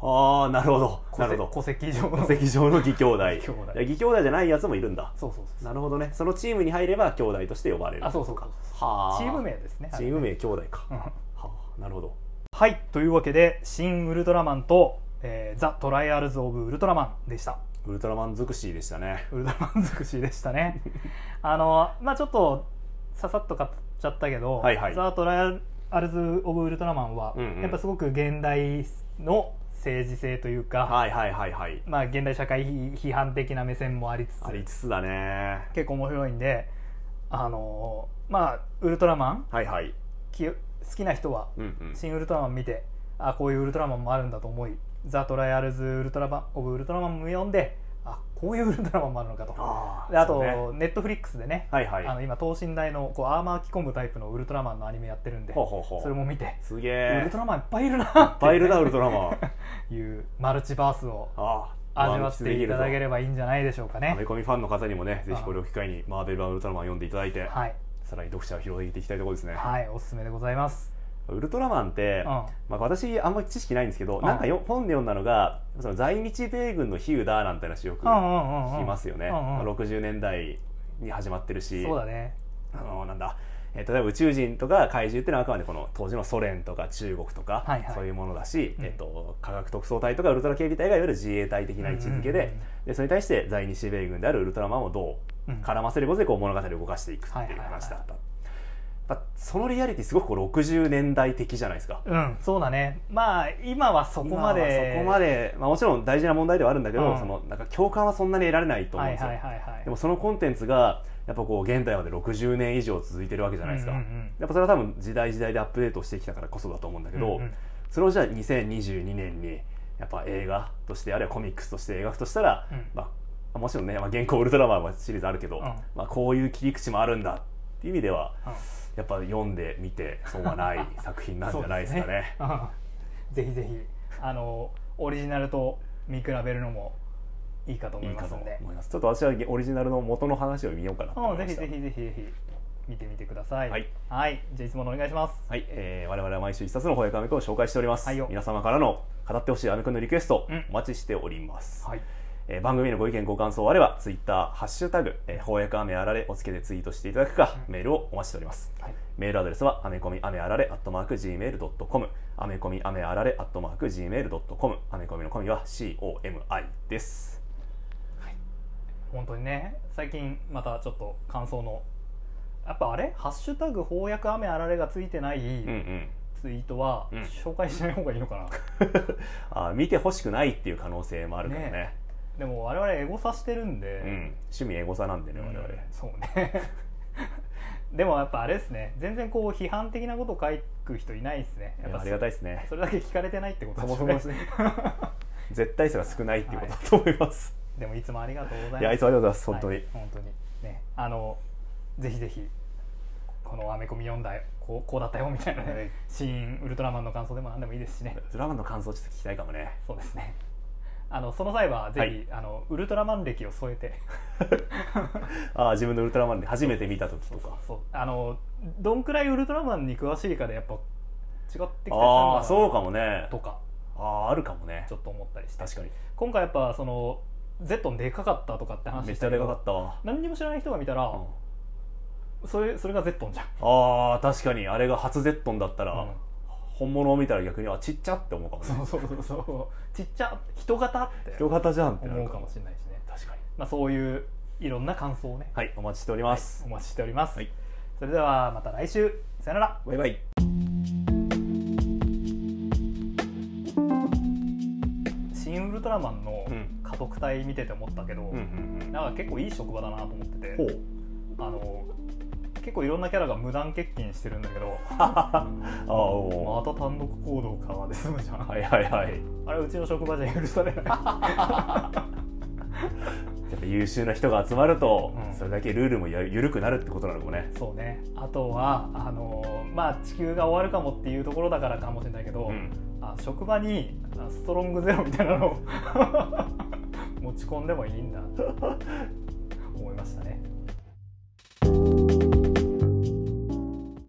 B: ああなるほどなるほど
A: 戸籍戸籍上の
B: 戸籍上の義兄弟
A: [laughs] 義兄弟
B: いや義兄弟じゃないやつもいるんだ
A: そうそうそう
B: なるほどねそのチームに入れば兄弟として呼ばれる
A: あそうそうそう
B: はあ
A: チーム名ですね
B: チーム名兄弟か、
A: うん
B: はあなるほど
A: はいというわけで「新ウルトラマン」と「えーザ・トライアルズ・オブ・ウルトラマン」でした
B: ウルトラマン尽くしでしたね
A: ウルトラマン尽くしでしたね [laughs] あのまあちょっとささっと語っちゃったけど「
B: はいはい
A: ザ・トライアルズ・オブ・ウルトラマンは」
B: うんうん
A: やっぱすごく現代の政治性というか、
B: はいはいはいはい
A: まあ、現代社会批判的な目線もありつつ
B: ありつつだね
A: 結構面白いんであのまあウルトラマン
B: はいはい
A: き好きな人は
B: うんうん
A: 新ウルトラマン見てあこういうウルトラマンもあるんだと思いザ・トライアルズ・ウルトラマン・オブ・ウルトラマンも読んであこういうウルトラマンもあるのかと
B: あ
A: であと、
B: そうね
A: ネットフリックスでね、
B: はいはい
A: あの今等身大のこうアーマー着込むタイプのウルトラマンのアニメやってるんで
B: ほうほうほう
A: それも見て、
B: すげ
A: ウ
B: え
A: ルトラマンいっぱいいるなって
B: バイ
A: いうね、
B: ルだウルト
A: [laughs]
B: ラマン
A: いうマルチバースを
B: ああ
A: 味わっていただければいいんじゃないでしょうか
B: ア
A: ね
B: メ。コミファンの方にもねぜひこれを機会にマーベル版ウルトラマン読んでいただいて
A: はい、
B: さらに読者を広げていきたいところですね
A: はい、おすすめでございます。
B: ウルトラマンって
A: うん、あ
B: まあ、私あんまり知識ないんですけど
A: うん
B: なんかよ本で読んだのがその在日米軍の比喩だなんて話よく聞
A: 聞
B: きますよね、
A: うんうん
B: まあ60年代に始まってるし
A: そうだね。
B: あのなんだ、えー例えば宇宙人とか怪獣っていうのはあくまでこの当時のソ連とか中国とか、
A: はいはい
B: そういうものだし、
A: うん
B: えっと科学特捜隊とかウルトラ警備隊がいわゆる自衛隊的な位置づけで,、
A: うんうん
B: でそれに対して在日米軍であるウルトラマンをど
A: うんうん
B: う絡ませることでこう物語を動かしていくっていう話だった、やっぱそのリアリティすごくこう60年代的じゃないですか。
A: うん、そうだね。まあ今はそこま
B: 今は
A: で、
B: そこまで、まあ、もちろん大事な問題ではあるんだけど、
A: うん
B: そのなんか共感はそんなに得られないと思う
A: は
B: んで
A: い
B: すよ、
A: はいはいはい。
B: でもそのコンテンツがやっぱこう現代まで60年以上続いてるわけじゃないですか、
A: うんうんうん
B: やっぱそれは多分時代時代でアップデートしてきたからこそだと思うんだけど、
A: うんうん
B: それをじゃあ2022年にやっぱ映画としてあるいはコミックスとして描くとしたら、
A: うん
B: まあ、もちろんね、まあ、現行ウルトラマンはシリーズあるけど、
A: うん
B: まあ、こういう切り口もあるんだっていう意味では
A: うん
B: やっぱ読んでみて損はない [laughs] 作品なんじゃないですか
A: そう
B: ね。
A: うんぜひぜひあのオリジナルと見比べるのもいいかと思
B: い
A: い
B: い
A: ま
B: か
A: す
B: と
A: ので、
B: 思います。ちょっと私はオリジナルの元の話を見ようかなと
A: う
B: 思
A: ん
B: い
A: ぜ
B: ま
A: ひ
B: した。
A: ぜひぜひぜひ見てみてください。
B: はい、
A: じゃあいつものお願いします。
B: はい、えー、我々は毎週一冊の翻訳アメコミを紹介しております。
A: はいよ
B: 皆様からの語ってほしいアメコミのリクエスト、
A: うん
B: お待ちしております。
A: はい、
B: えー番組へのご意見ご感想あれば、ツイッター、ハッシュタグ、えー、翻訳アメあられをつけてツイートしていただくか、メールをお待ちしております。
A: はい、
B: メールアドレスは、アメコミアメあられ、アットマーク、gmail.com、アメコミアメあられ、アットマーク、gmail.com、アメコミのコミは comi です。
A: 本当にね最近またちょっと感想のやっぱあれ「ハッシュタグ翻訳雨あられ」がついてない
B: うんうん。
A: ツイートは
B: うん
A: 紹介しない方がいいのかな、
B: あー見てほしくないっていう可能性もあるからね。
A: ねでも我々エゴサしてるんで、
B: うん、趣味エゴサなんでね、我々。
A: うんそうね [laughs] でもやっぱあれですね全然こう批判的なことを書く人いないですねやっ
B: いや
A: ぱ
B: ありがたいですね。
A: それだけ聞かれてないってことですね
B: [laughs] そも絶対数が少ないっていうことだと思います。
A: [laughs] でもいつもありがとうございます
B: い、や、いつもありがとうございます。本当に。
A: はい本当にねあのぜひぜひこのアメコミ読んだよこうこうだったよみたいなね、
B: はい
A: シーンウルトラマンの感想でも何でもいいですしね
B: ドラマの感想ちょっと聞きたいかもね。
A: そうですねあのその際はぜひ、
B: はい
A: あのウルトラマン歴を添えて [laughs]
B: ああ、自分のウルトラマンで初めて見た時とか。
A: そうあのどんくらいウルトラマンに詳しいかでやっぱ違ってきたりするの
B: ああ、
A: か
B: そうかもね
A: な。とか
B: ああ、あるかもね
A: ち。ょっと思ったりして
B: 確かに。
A: 今回やっぱそのゼットンでかかったとかって話
B: めっ
A: し
B: ちゃ
A: た
B: で
A: け
B: かか
A: ど
B: ったわ。
A: 何にも知らない人が見たら、
B: うん
A: それそれがゼットンじゃん
B: ああ、確かに。あれが初ゼットンだったら、
A: うん
B: 本物を見たら逆に、あ、ちっちゃって思うかも
A: そ
B: ね。
A: うそうそうそうちっちゃ人型って
B: 人型じゃんってな
A: 思
B: る
A: うかもしれないしね、
B: 確かに。
A: まあ、そういういろんな感想をね
B: はい、お待ちしております。
A: お待ちしております、
B: はい
A: それではまた来週さよなら
B: バイバイ。
A: 「新ウルトラマン」の
B: うん
A: 家族隊見てて思ったけど、
B: うんうん
A: なんか結構いい職場だなと思って
B: うん。
A: て
B: ほう。
A: あの結構いろんなキャラが無断欠勤してるんだけど
B: [laughs] ああ、お
A: また単独行動かで済むじゃん、
B: ーはいはいはい。
A: あれうちの職場じゃ許されない
B: やっぱ優秀な人が集まると、
A: うん
B: それだけルールもや緩くなるってことなのかもね。
A: そうねあとはあのまあ地球が終わるかもっていうところだからかもしれないけど、
B: うん、
A: あ職場にあストロングゼロみたい [laughs] なのを持ち込んでもいいんだ思いましたね。